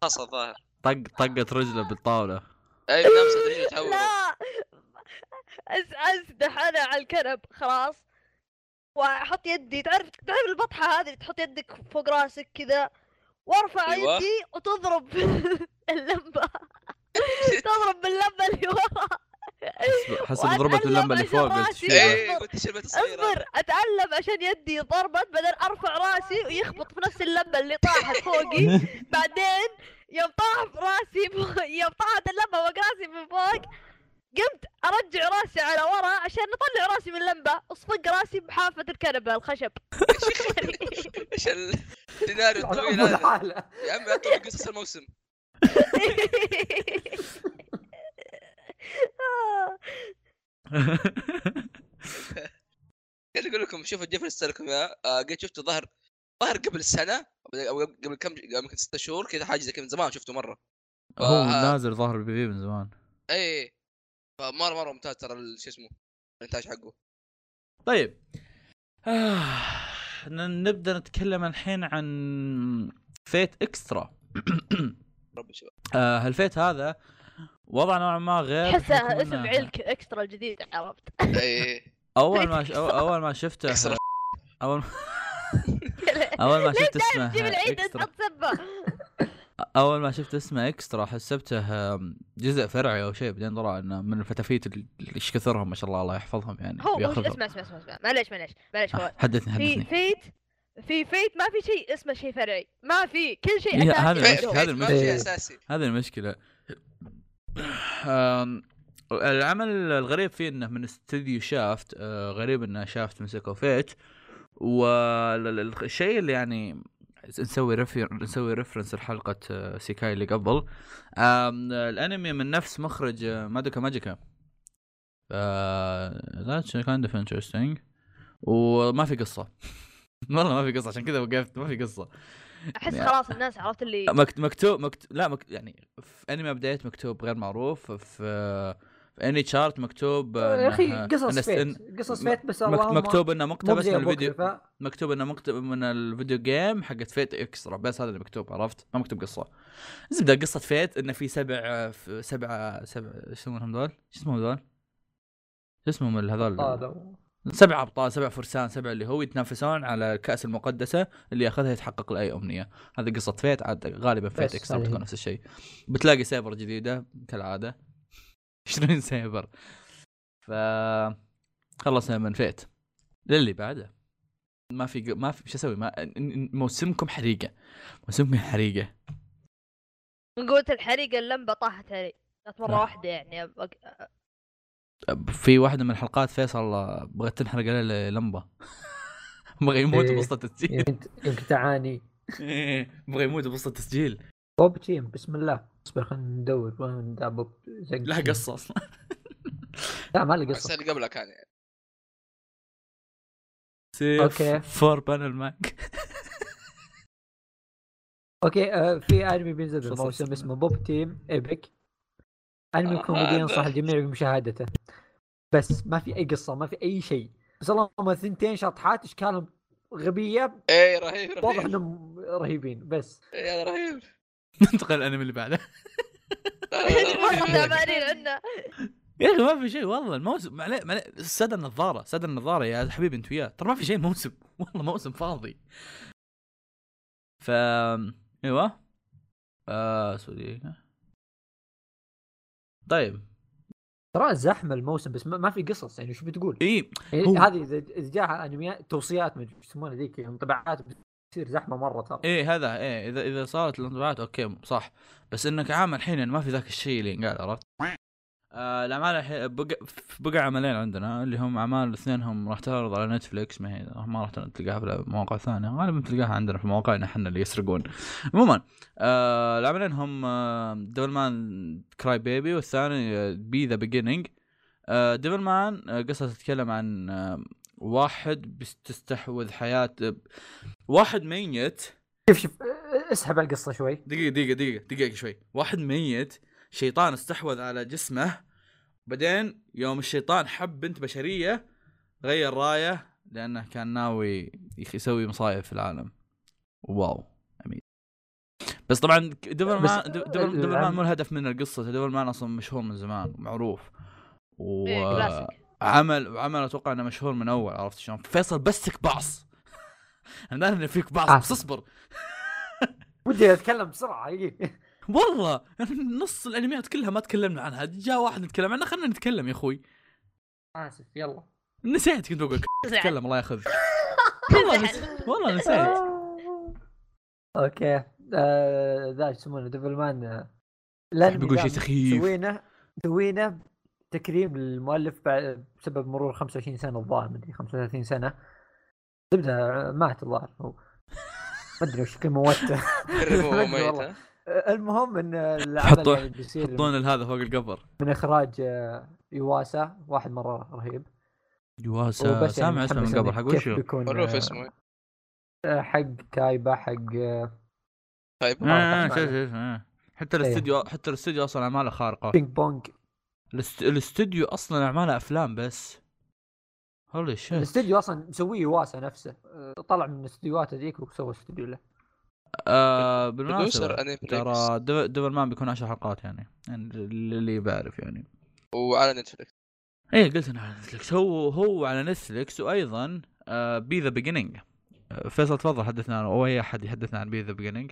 خاص الظاهر طق طقت رجله بالطاولة اي نفسه تجي تهوله لا أز... ازدح انا على الكنب خلاص واحط يدي تعرف تعرف البطحه هذه اللي تحط يدك فوق راسك كذا وارفع أيوة. يدي وتضرب اللمبه تضرب باللمبه اللي ورا حسب- حسب ضربة اللمبة اللي فوق إيه. وأتألم قلت شو عشان ذا؟ راسي. اي قلت ايش البنت الصغيره اصبر اتعلم عشان يدي ضربت بعدين ارفع راسي ويخبط في نفس اللمبه اللي طاحت فوقي بعدين يوم طاح في راسي فوق- يوم طاحت اللمبه فوق راسي من فوق قمت ارجع راسي على ورا عشان اطلع راسي من اللمبه اصفق راسي بحافه الكنبه الخشب ايش السيناريو الطويل العمود هذا حالة. يا عمي اطول قصص الموسم قاعد اقول لكم شوفوا الجيف لسه لكم اياه آه، قد شفته ظهر ظهر قبل سنه او قبل كم يمكن ست شهور كذا حاجه زي كذا من زمان شفته مره هو آه. نازل ظاهر البي في من زمان اي فمره مره ممتاز ترى ال- شو اسمه الانتاج حقه طيب آه، ن- نبدا نتكلم الحين عن فيت اكسترا رب شباب آه، هالفيت هذا وضع نوعا ما غير تحسه بحكم إنه- اسم عيلك اكسترا الجديد عرفت اي اول ما ش... أو- اول ما شفته اكسترا. اول ما اول ما شفت اسمه جيب العيد إكسترا. تحط سبه اول ما شفت اسمه اكسترا حسبته آم، جزء فرعي او شيء بعدين طلع انه من الفتافيت اللي ايش كثرهم ما شاء الله الله يحفظهم يعني هو هو- ياخذهم. اسمع اسمع اسمع اسمع معليش معليش معليش آه، هو حدثني في حدثني فيت في فيت ما في شيء اسمه شيء فرعي ما في كل شيء يا هذا اساسي المشكلة، عندهم. هذا هذا شيء المشكلة. اساسي هذه المشكلة آم، العمل الغريب فيه انه من استديو شافت آه، غريب انه شافت مسكوا فيت والشيء اللي يعني نسوي ريفر نسوي ريفرنس لحلقة آه، سيكاي اللي قبل آم، الانمي من نفس مخرج آه، مادوكا ماجيكا آه، ذاتس كايند اوف انترستنج وما في قصة والله ما في قصة عشان كذا وقفت ما في قصة احس يا. خلاص الناس عرفت اللي مكت- مكتوب مكتوب لا مكت... يعني في انمي بداية مكتوب غير معروف في في اني تشارت مكتوب يا اخي إنها- قصص إن- إن- فيت قصص فيت بس مكت... اللهم مكتوب انه مو آه، مقتبس بزي من أبو الفيديو كلفة. مكتوب انه مقتبس من الفيديو جيم حقت فيت اكسترا بس هذا اللي مكتوب عرفت ما مكتوب قصه زبده قصه فيت انه في سبع في سبع سبع ايش يسمونهم ذول؟ ايش اسمهم ذول؟ شو اسمهم ال- آه، هذول؟ هذا سبع ابطال سبع فرسان سبع اللي هو يتنافسون على الكاس المقدسه اللي ياخذها يتحقق لاي امنيه هذه قصه فيت عاد غالبا فيت بس اكسترا هذه. بتكون نفس الشيء بتلاقي سيبر جديده كالعاده 20 سيبر ف خلصنا من فيت للي بعده ما في ما في شو اسوي ما ن- ن- موسمكم حريقه موسمكم حريقه من قوة الحريقة اللمبة طاحت علي جت مرة آه. واحدة يعني أبقى- في واحده من الحلقات فيصل آه، بغت تنحرق عليه لمبه بغى يموت إيه. بوسط التسجيل يمكن يمكن تعاني بغى يموت بوسط التسجيل بوب تيم بسم الله اصبر خلينا ندور وين ذا بوب زق لها تيم. قصه اصلا لا ما له بس قصه اللي قبله كان يعني سيف أوكي. فور بانل ماك اوكي آه في انمي بينزل صح، صح، بالموسم صح. اسمه بوب تيم ايبك انمي آه، كوميدي هذا. ينصح الجميع بمشاهدته بس ما في اي قصه ما في اي شيء بس اللهم ثنتين شطحات اشكالهم غبيه اي رهيب واضح رهيب انهم رهيبين بس إي، هذا رهيب ننتقل الانمي اللي بعده لا، ما لا، لا، حتى لا. مانين عنا يا اخي ما في شيء والله الموسم معلي معلي سدى النظاره سدى النظاره يا حبيبي انت وياه ترى ما في شيء موسم والله موسم فاضي ف ايوه آه سوري طيب ترى زحمه الموسم بس ما ما في قصص يعني شو بتقول؟ اي إيه، هو- يعني هذه اذا إذا جاها انميات توصيات مدري إيش يسمونها ذيك انطباعات بتصير زحمه مره ترى ايه هذا ايه اذا اذا صارت الانطباعات اوكي صح بس انك عامل الحين إن ما في ذاك الشيء اللي ينقال عرفت؟ آه الاعمال الحين بقى, بقى عملين عندنا اللي هم اعمال اثنينهم راح تعرض على نتفلكس ما هي ما راح تلقاها في مواقع ثانيه غالبا تلقاها عندنا في مواقعنا احنا اللي يسرقون عموما آه العملين هم آه، ديفل مان كراي بيبي والثاني آه، بي ذا بيجيننج ديفل مان قصه آه، تتكلم عن آه، واحد بيستحوذ حياه واحد ميت شوف شوف آه، اسحب على القصه شوي دقيقة دقيقة دقيقة دقيقة شوي واحد ميت شيطان استحوذ على جسمه بعدين يوم الشيطان حب بنت بشرية غير راية لأنه كان ناوي يخ- يسوي مصايب في العالم واو عميد بس طبعا دبل بس مان دبل- دبل دبل مان العم- مو الهدف من القصة دبل مان أصلا مشهور من زمان معروف و إيه، كلاسيك عمل عمل اتوقع انه مشهور من اول عرفت شلون؟ فيصل بس كبعص انا داري انه فيك بعص بس آسف. اصبر ودي اتكلم بسرعه إيه. والله نص الانميات كلها ما تكلمنا عنها جاء واحد نتكلم عنها خلينا نتكلم يا اخوي اسف يلا نسيت كنت بقول تكلم الله ياخذك والله نس- والله نسيت آه. اوكي آه، ذا شو يسمونه ديفل مان لا بيقول شيء سخيف سوينا سوينا تكريم للمؤلف بعد- بسبب مرور 25 سنه الظاهر مدري 35 سنه زبده آه، مات الظاهر هو ما ادري وش كلمه موته قرب هو ميت والله. ها؟ المهم ان العمل حطوه- اللي بيصير حطون هذا فوق القبر من اخراج آه، يواسا واحد مره رهيب جواسة وبس يعني سامع اسمه من متحمس قبل إنه حق كيف وشو بيكون، معروف آه، اسمه آه، حق كايبا حق آه، طيب طبعاً. آه، شوف- شوف، آه. حتى أيوه. الاستديو حتى الاستديو اصلا اعماله خارقه بينج بونج الاست- الاستديو اصلا اعماله افلام بس هولي شيت الاستديو اصلا مسويه واسع نفسه آه، طلع من استديوهاته ذيك وسوى استديو له آه برودوسر بالمناسبه انمي بريكس ترى دب- دبل مان بيكون 10 حلقات يعني يعني اللي بعرف يعني وعلى نتفلكس ايه قلت انه على نتفلكس هو هو على نتفلكس وايضا آه بي ذا بيجنينج آه، فيصل تفضل حدثنا عنه او اي احد يحدثنا عن بي ذا بيجنينج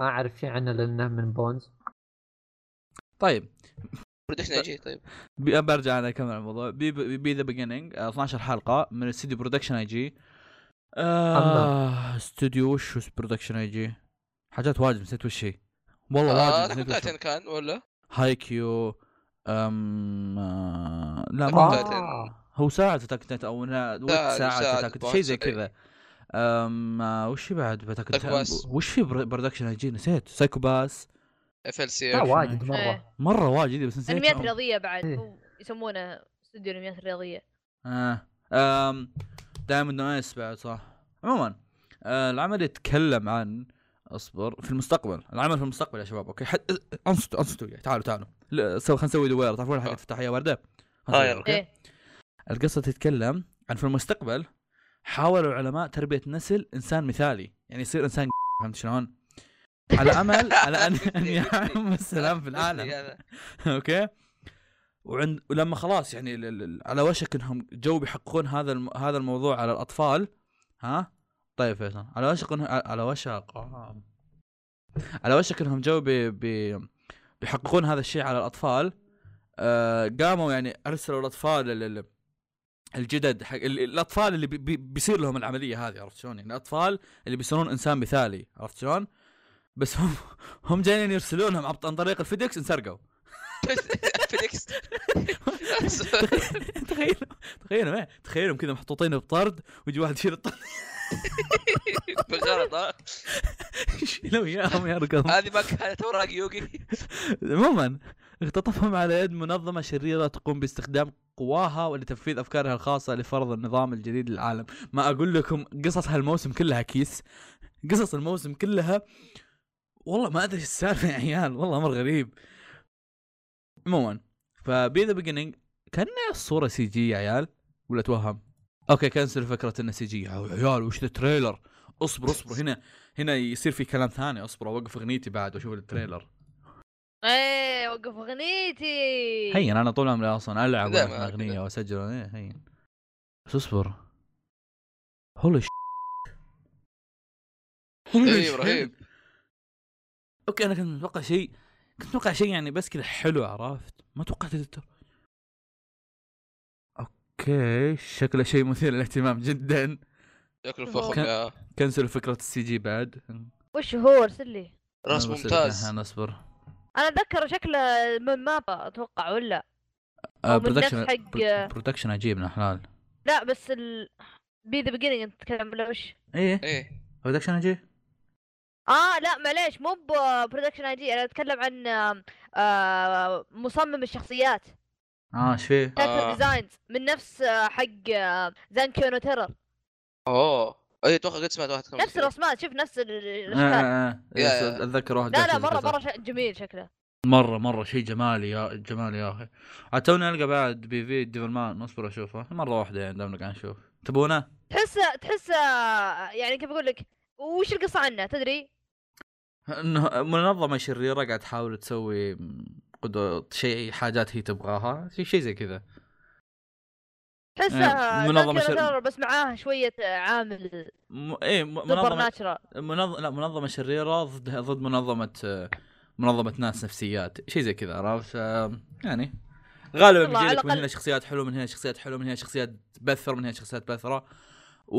ما اعرف شيء عنه لانه من بونز طيب المفروض احنا نجي طيب بي- برجع انا اكمل الموضوع بي بي بي ذا بيجنينج 12 حلقه آه، من استوديو برودكشن اي جي آه، استوديو وش وش برودكشن اي جي حاجات واجد نسيت وش هي والله آه، واجد لكم نسيت وش تايتن هي. كان ولا هاي كيو أم... آه، لا كنت ما أت- آه. هو ساعة اتاك تايتن او لا وقت ساعة ساعة اتاك بوكس، شيء زي إيه. كذا أم... آه، وش في بعد اتاك سايكو باس. وش في برو- برودكشن اي جي نسيت سايكو باس اف ال لا سي واجد مره إيه. مره واجد بس نسيت انميات رياضيه بعد إيه. هو يسمونه استوديو الانميات الرياضيه آه. آم دايموند نايس بعد صح عموما آه العمل يتكلم عن اصبر في المستقبل العمل في المستقبل يا شباب اوكي حد انصتوا انصتوا وياي تعالوا تعالوا لا، سو خلينا نسوي دويره تعرفون حق آه. افتتاحيه ورده آه، يلا. أوكي؟ ايه القصه تتكلم عن في المستقبل حاولوا العلماء تربيه نسل انسان مثالي يعني يصير انسان فهمت شلون؟ على امل على ان ان يعم السلام في العالم اوكي وعند ولما خلاص يعني ال- ال- ال- على وشك انهم جو بيحققون هذا الم... هذا الموضوع على الاطفال ها طيب فيصل على وشك إنه... على وشك آه. على وشك انهم جو بي... بي... بيحققون هذا الشيء على الاطفال آه قاموا يعني ارسلوا الاطفال ال... ال- الجدد حق ال- ال- الاطفال اللي بي... بي... بيصير لهم العمليه هذه عرفت شلون؟ يعني الاطفال اللي بيصيرون انسان مثالي عرفت شلون؟ بس هم هم جايين يرسلونهم عبط- عن طريق الفيديكس انسرقوا فيديكس تخيلوا تخيلوا ايه تخيلوا كذا محطوطين بطرد ويجي واحد يشيل الطرد بالغلط آه. يشيلوا اياهم يرقم هذه ما كانت اوراق يوغي عموما اختطفهم على يد منظمه شريره تقوم باستخدام قواها ولتنفيذ افكارها الخاصه لفرض النظام الجديد للعالم ما اقول لكم قصص هالموسم كلها كيس قصص الموسم كلها والله ما ادري إيش السالفه يا عيال والله امر غريب عموما فبي ذا بيجنينج كان الصوره سي جي يا عيال ولا توهم اوكي كنسل فكره انه سي جي يا عيال وش ذا تريلر اصبر اصبر هنا هنا يصير في كلام ثاني اصبر اوقف اغنيتي بعد واشوف التريلر ايه وقف اغنيتي هين انا طول عمري اصلا العب لا، وأسمع ما- اغنيه واسجل ايه هين بس اصبر هولي ش إيه، رهيب. اوكي انا كنت متوقع شيء كنت متوقع شيء يعني بس كذا حلو عرفت ما توقعت التر اوكي شكله شيء مثير للاهتمام جدا شكله فخم كان- يا كنسل فكره السي جي بعد وش هو ارسل لي راس أنا بصير- ممتاز انا اصبر انا اتذكر شكله من مابا اتوقع ولا أو من برودكشن نفس آه. حق- برودكشن عجيب من حلال لا بس ال بي ذا بيجيننج انت تتكلم ولا وش؟ ايه ايه برودكشن عجيب اه لا معليش مو برودكشن اي جي انا اتكلم عن آم، آه مصمم الشخصيات اه ايش فيه كاتب آه. ديزاينز من نفس آه، حق آه، زانكيو نو تيرر اوه اي اتوقع قد سمعت واحد يتكلم نفس كذا. الرسمات شوف نفس ال- آه، الاشكال آه، آه. يا- يا. اتذكر واحد لا لا قال مره كذا. مره شيء جميل شكله مره مره شيء جمالي يا جمالي يا اخي عتوني القى بعد بي في ديفل مان اصبر اشوفه مره واحده يعني دامنا قاعد نشوف تبونه؟ تحس تحس آه، يعني كيف اقول لك وش القصه عنه تدري؟ انه منظمه شريره قاعد تحاول تسوي قدوة شيء حاجات هي تبغاها شيء شيء زي كذا تحس آه، إيه، منظمة منظمه شر- تيرر بس معاه شويه آه، عامل م... ايه م- سوبر منظمه ناتشرال منظ... لا منظمه شريره ضد ضد منظمه منظمه ناس نفسيات شيء زي كذا عرفت آم، يعني غالبا بيجي والله على لك من الأقل- هنا شخصيات حلوه من هنا شخصيات حلوه من هنا شخصيات بثر من هنا شخصيات بثره و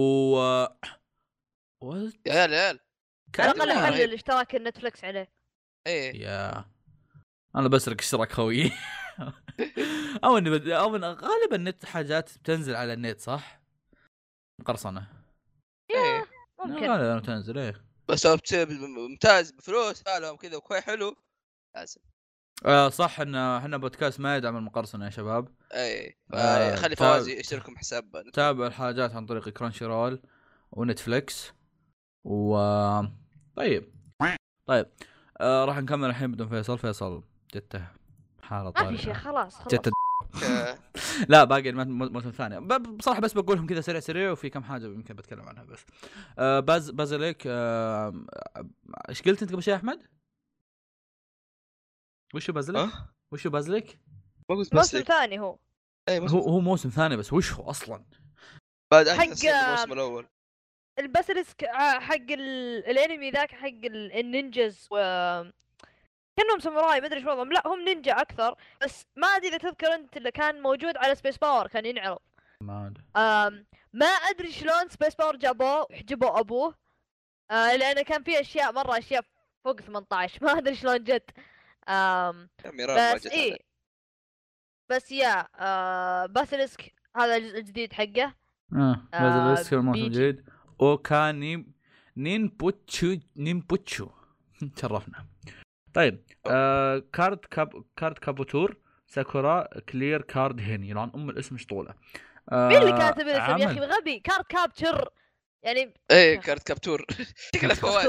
و- يا عيال يا عيال على الاقل كأنه- رهيب. حل الاشتراك النتفلكس عليه ايه يا انا بسرق اشتراك خويي او اني بد... او إن غالبا النت حاجات بتنزل على النت صح؟ قرصنه إيه. ممكن غالبا بتنزل ايه بس لو بت- ممتاز بفلوس حالهم كذا وكوي حلو لازم آه صح ان احنا بودكاست ما يدعم المقرصنه يا شباب اي آه، خلي تعال. إيه. فوازي يشتركوا بحساب نت- تابع الحاجات عن طريق كرانشي رول ونتفليكس و طيب طيب آه راح نكمل الحين بدون فيصل فيصل جته حاله ما طارئه في شيء خلاص خلاص جته آه، لا باقي الموسم الموسم الثاني ب- بصراحه بس بقولهم كذا سريع سريع وفي كم حاجه يمكن بتكلم عنها بس آه باز بازليك آه، ايش قلت انت قبل شيء يا احمد؟ وشو بازليك؟ ها؟ وشو بازليك؟ ما قلت بس موسم لك. ثاني هو إيه، موسم هو هو موسم ثاني بس وش هو اصلا؟ بعد احسن حق- الموسم الاول البسلسك ع- آه، حق ال... الانمي ذاك حق ال... النينجز و... كانهم ساموراي ما ادري شو وضعهم لا هم نينجا اكثر بس ما ادري اذا تذكر انت اللي كان موجود على سبيس باور كان ينعرض ما أدري. أم... ما ادري شلون سبيس باور جابوه وحجبوا ابوه أه لانه كان في اشياء مره اشياء فوق 18 ما ادري شلون جت أم... يا ميران ما بس جت ايه عليه. بس يا آه باسلسك هذا الجزء الجديد حقه اه آه، بازليك كان موسم بيجي. جديد وكان نينبوتشو نينبوتشو تشرفنا طيب آه كارد كاب كارد كابوتور ساكورا كلير كارد هين يلعن ام الاسم ايش طوله آه مين اللي كاتب الاسم يا عمل. اخي غبي كارد كابتشر يعني ايه كارت كابتور شكله فواز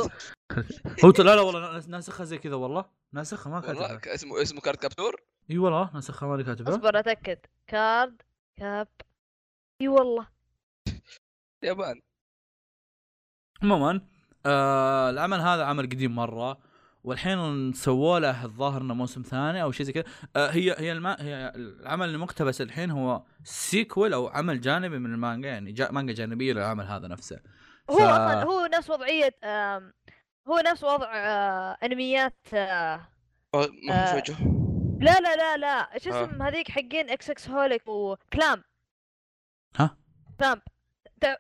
كابتور. هو لا لا والله ناس- ناسخها زي كذا والله ناسخها ما والله كاتبها ك- اسمه اسمه كارت كابتور اي والله ناسخها ما اللي كاتبها اصبر اتاكد كارد كاب اي والله يابان عموما آه العمل هذا عمل قديم مره والحين سووا له الظاهر انه موسم ثاني او شيء زي كذا آه هي هي, الما هي العمل المقتبس الحين هو سيكول او عمل جانبي من المانجا يعني جا مانجا جانبيه للعمل هذا نفسه هو ف- اصلا هو نفس وضعيه آم، هو نفس وضع آه انميات آه ما ما آه. في وجهه لا لا لا لا ايش آه. اسم هذيك حقين اكس اكس هوليك وكلام ها؟ كلام تع-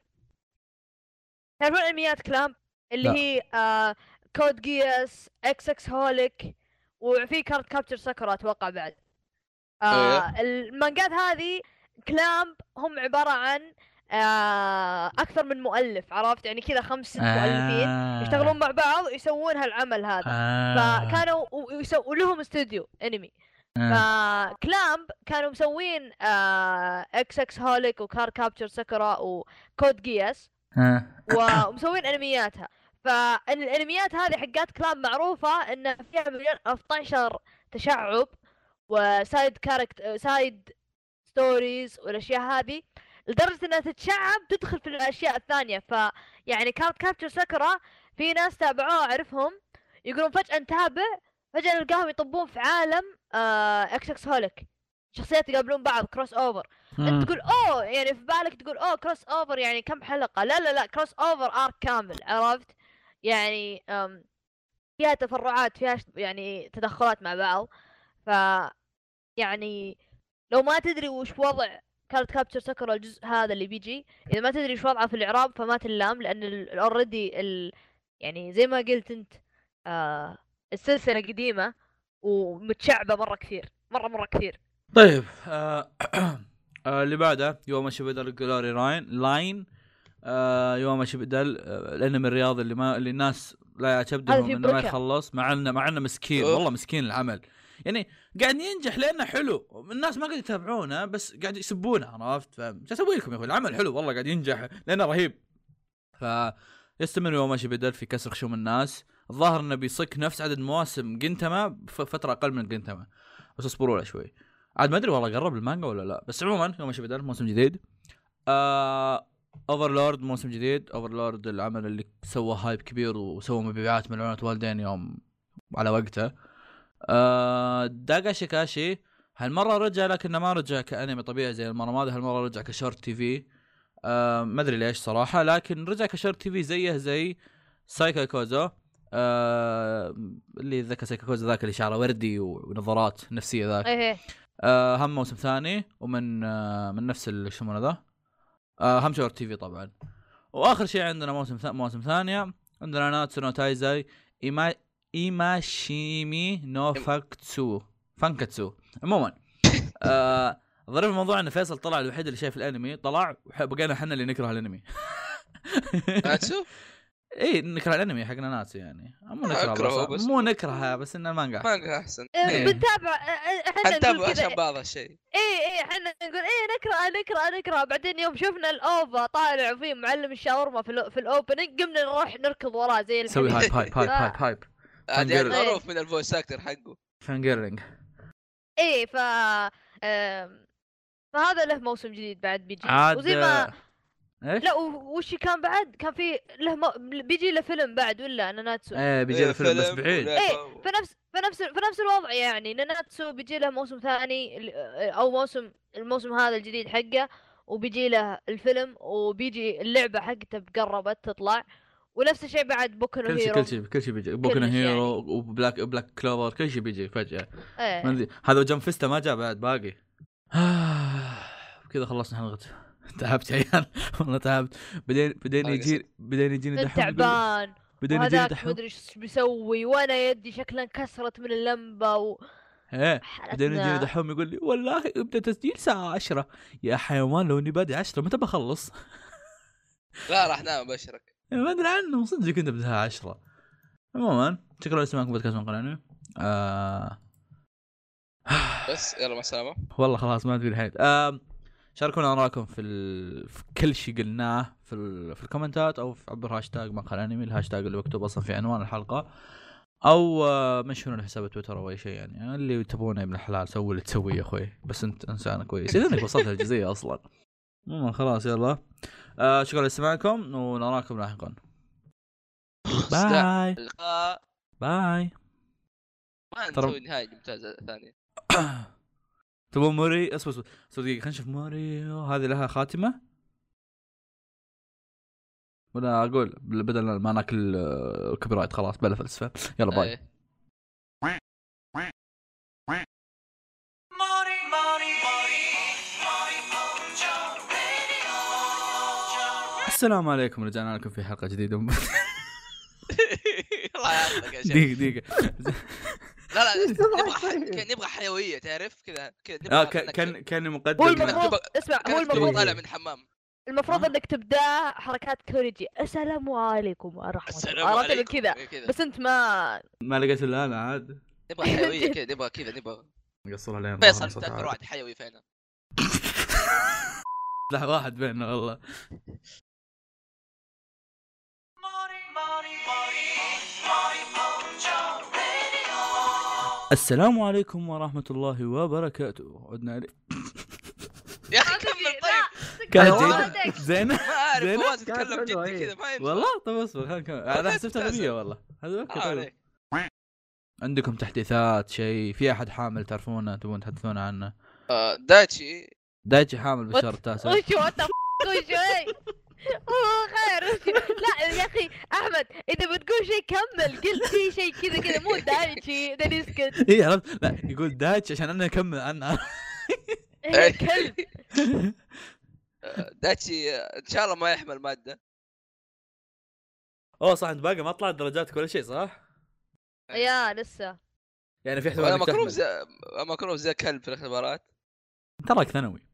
تعرفون انميات كلام اللي لا. هي آه كود جياس اكس اكس هوليك وفي كارت كابتشر ساكورا اتوقع بعد آه إيه. المانجات هذه كلام هم عباره عن آه اكثر من مؤلف عرفت يعني كذا خمس ست مؤلفين آه. يشتغلون مع بعض ويسوون هالعمل هذا آه. فكانوا و- ويسو- ولهم استوديو انمي آه. فكلامب كانوا مسوين آه اكس اكس هوليك وكار كابتشر ساكورا وكود جياس آه. و- ومسوين انمياتها فالانميات هذه حقات كلام معروفه ان فيها مليون 12 تشعب وسايد كاركت سايد ستوريز والاشياء هذه لدرجه انها تتشعب تدخل في الاشياء الثانيه فيعني كارت كابتشر ساكورا في ناس تابعوها اعرفهم يقولون فجاه نتابع فجاه نلقاهم يطبون في عالم آه اكس اكس هوليك شخصيات يقابلون بعض كروس اوفر آه. انت تقول اوه يعني في بالك تقول اوه كروس اوفر يعني كم حلقه لا لا لا كروس اوفر ارك كامل عرفت يعني أم، فيها تفرعات فيها ش- يعني تدخلات مع بعض ف يعني لو ما تدري وش وضع كارت كابتشر سكر الجزء هذا اللي بيجي اذا ما تدري وش وضعه في الاعراب فما تلام لان اوريدي ال... يعني زي ما قلت انت آه السلسله قديمه ومتشعبه مره كثير مره مره كثير طيب آه آه اللي بعده يوم شبدل جلوري راين لاين آه يوم شبدل آه الانمي الرياضي اللي ما اللي الناس لا هذا يعتبدهم في انه ما بركة. يخلص مع انه مع انه مسكين أوف. والله مسكين العمل يعني قاعد ينجح لانه حلو الناس ما قاعد يتابعونه بس قاعد يسبونه عرفت فش اسوي لكم يا اخوي العمل حلو والله قاعد ينجح لانه رهيب ف يستمر يوم بدل في كسر خشوم الناس الظاهر انه بيصك نفس عدد مواسم جنتما بفتره اقل من جنتما بس اصبروا له شوي عاد ما ادري والله قرب المانجا ولا لا بس عموما يوم شبه بدل موسم جديد آه اوفرلورد موسم جديد اوفرلورد العمل اللي سوى هايب كبير وسوى مبيعات مليونة والدين يوم على وقته آه داغا شيكاشي هالمره رجع لكنه ما رجع كانمي طبيعي زي المره الماضيه هالمره رجع كشورت تي في آه ما ادري ليش صراحه لكن رجع كشورت تي في زيه زي سايكا كوزو آه اللي ذكر سايكا كوزو ذاك اللي شعره وردي ونظارات نفسيه ذاك ايه آه هم موسم ثاني ومن آه من نفس ال- شو يسمونه ذا آه هم شور تي في طبعا واخر شيء عندنا موسم ث... موسم ثانيه عندنا ناتسو نو تايزاي إيما... ايماشيمي نو فاكتسو فانكاتسو عموما آه ظريف الموضوع ان فيصل طلع الوحيد اللي شايف الانمي طلع وح- بقينا احنا اللي نكره الانمي ناتسو اي إيه، نكره الانمي حقنا ناتسو يعني مو أكرهه نكره بس بس. مو نكرهها بس ان المانجا مانجا احسن إيه. بنتابع احنا حنتابع نقول كذا عشان بعض هالشيء اي اي احنا نقول إيه، اي نكره نكره نكره بعدين يوم شفنا الاوفا طالع فيه معلم الشاورما في, الأو- في الاوبننج قمنا نروح نركض وراه زي سوي الحليب. هايب هايب هايب هايب هايب عاد يعني Fangirl. معروف من الفويس اكتر حقه فانجيرلينج اي إيه، ف آم، فهذا له موسم جديد بعد بيجي عاد آه. وزي ما ايش؟ لا و- وش كان بعد كان في له مو... بيجي له فيلم بعد ولا ناناتسو ايه بيجي له فيلم بس بعيد إيه، في نفس في نفس في نفس الوضع يعني ناناتسو بيجي له موسم ثاني ال- او موسم الموسم هذا الجديد حقه وبيجي له الفيلم وبيجي اللعبه حقته بقربت تطلع ونفس الشيء بعد بوكو كل شيء هيرو كل شيء كل شيء بيجي بوكو كلش هيرو وبلاك بلاك كلوفر كل شيء بيجي فجاه إيه. ما ادري هذا جنب فيستا ما جاء بعد باقي كذا خلصنا حلقته تعبت يا عيال والله تعبت بعدين بعدين أنا يجي بعدين يجيني انت دحوم يقول لي- تعبان بعدين يجيني وهذاك دحوم مدري ايش بيسوي وانا يدي شكلها انكسرت من اللمبه و... ايه بعدين يجيني حالتنا دحوم يقول لي والله ابدا تسجيل الساعه 10 يا حيوان لو اني بادي 10 متى بخلص؟ لا راح نام ابشرك يعني ما ادري عنه صدق كنت بدها 10 عموما شكرا لسماعكم بودكاست من قناه آه بس يلا مع السلامه والله خلاص ما ادري الحين آم، شاركونا ارائكم في, ال... في كل شيء قلناه في ال... في الكومنتات او في عبر هاشتاج مقهى الانمي الهاشتاج اللي مكتوب اصلا في عنوان الحلقه او آه، منشنونا حساب تويتر او اي شيء يعني اللي تبونه يا ابن الحلال سوي اللي تسويه يا اخوي بس انت انسان كويس اذا انك وصلت الجزئيه اصلا عموما خلاص يلا آه شكرا لاستماعكم ونراكم لاحقا صداع. باي اللقاء باي ما ترى- نسوي نهايه ممتازه ثانيه تبون طيب، موري اصبر اصبر اصبر دقيقة خلينا نشوف موريو هذه لها خاتمة ولا اقول بل- بدل ما ناكل آه، كوبي رايت خلاص بلا فلسفة يلا باي إيه. السلام عليكم رجعنا لكم في حلقة جديدة من- الله يعطيك يا شيخ دقيقة دقيقة لا لا إيش دعوة نبغى ح- طيب؟ كان- نبغى حيويه تعرف كذا كذا نبغى آه منك- ك- كان كان هو مقدم المفروض اسمع كان هو في المفروض طالع من حمام المفروض ها؟ انك تبدا حركات كوريجي السلام عليكم ورحمه الله السلام عرفت اللي عليكم كذا إيه كذا بس انت ما ما لقيت الا انا عاد نبغى حيويه كذا نبغى كذا نبغى قصرها لين فيصل ظهرنا صوت تاثر عاد. واحد حيوي فينا لا واحد بيننا والله السلام عليكم ورحمة الله وبركاته عدنا إلي يا اخي كمل طيب كانت أيوة. زينة زينة ما اعرف زينة؟ فواز كانت يتكلم حلوة، جدي إيه. كذا ما ينفع والله طب اصبر خلينا نكمل آه، انا حسبتها غبية والله هذا آه عليك. عندكم تحديثات شيء في احد حامل تعرفونه تبون تحدثون عنه آه، دايتشي دايتشي حامل بالشهر التاسع وشو وات وشو اي والله خير وشو لا يا اخي احمد اذا بتقول شيء كمل قل في شيء كذا كذا مو دايتشي ذا يسكت اي إيه، عرفت لا يقول دايتشي عشان انا اكمل عنه إيه، كلب آه، دايتشي آه، ان شاء الله ما يحمل ماده اوه صح انت باقي ما طلعت درجاتك ولا شيء صح؟ يا لسه يعني في احتمال انا إنك مكروه تحمل. زي مكروه زي كلب في الاختبارات تراك ثانوي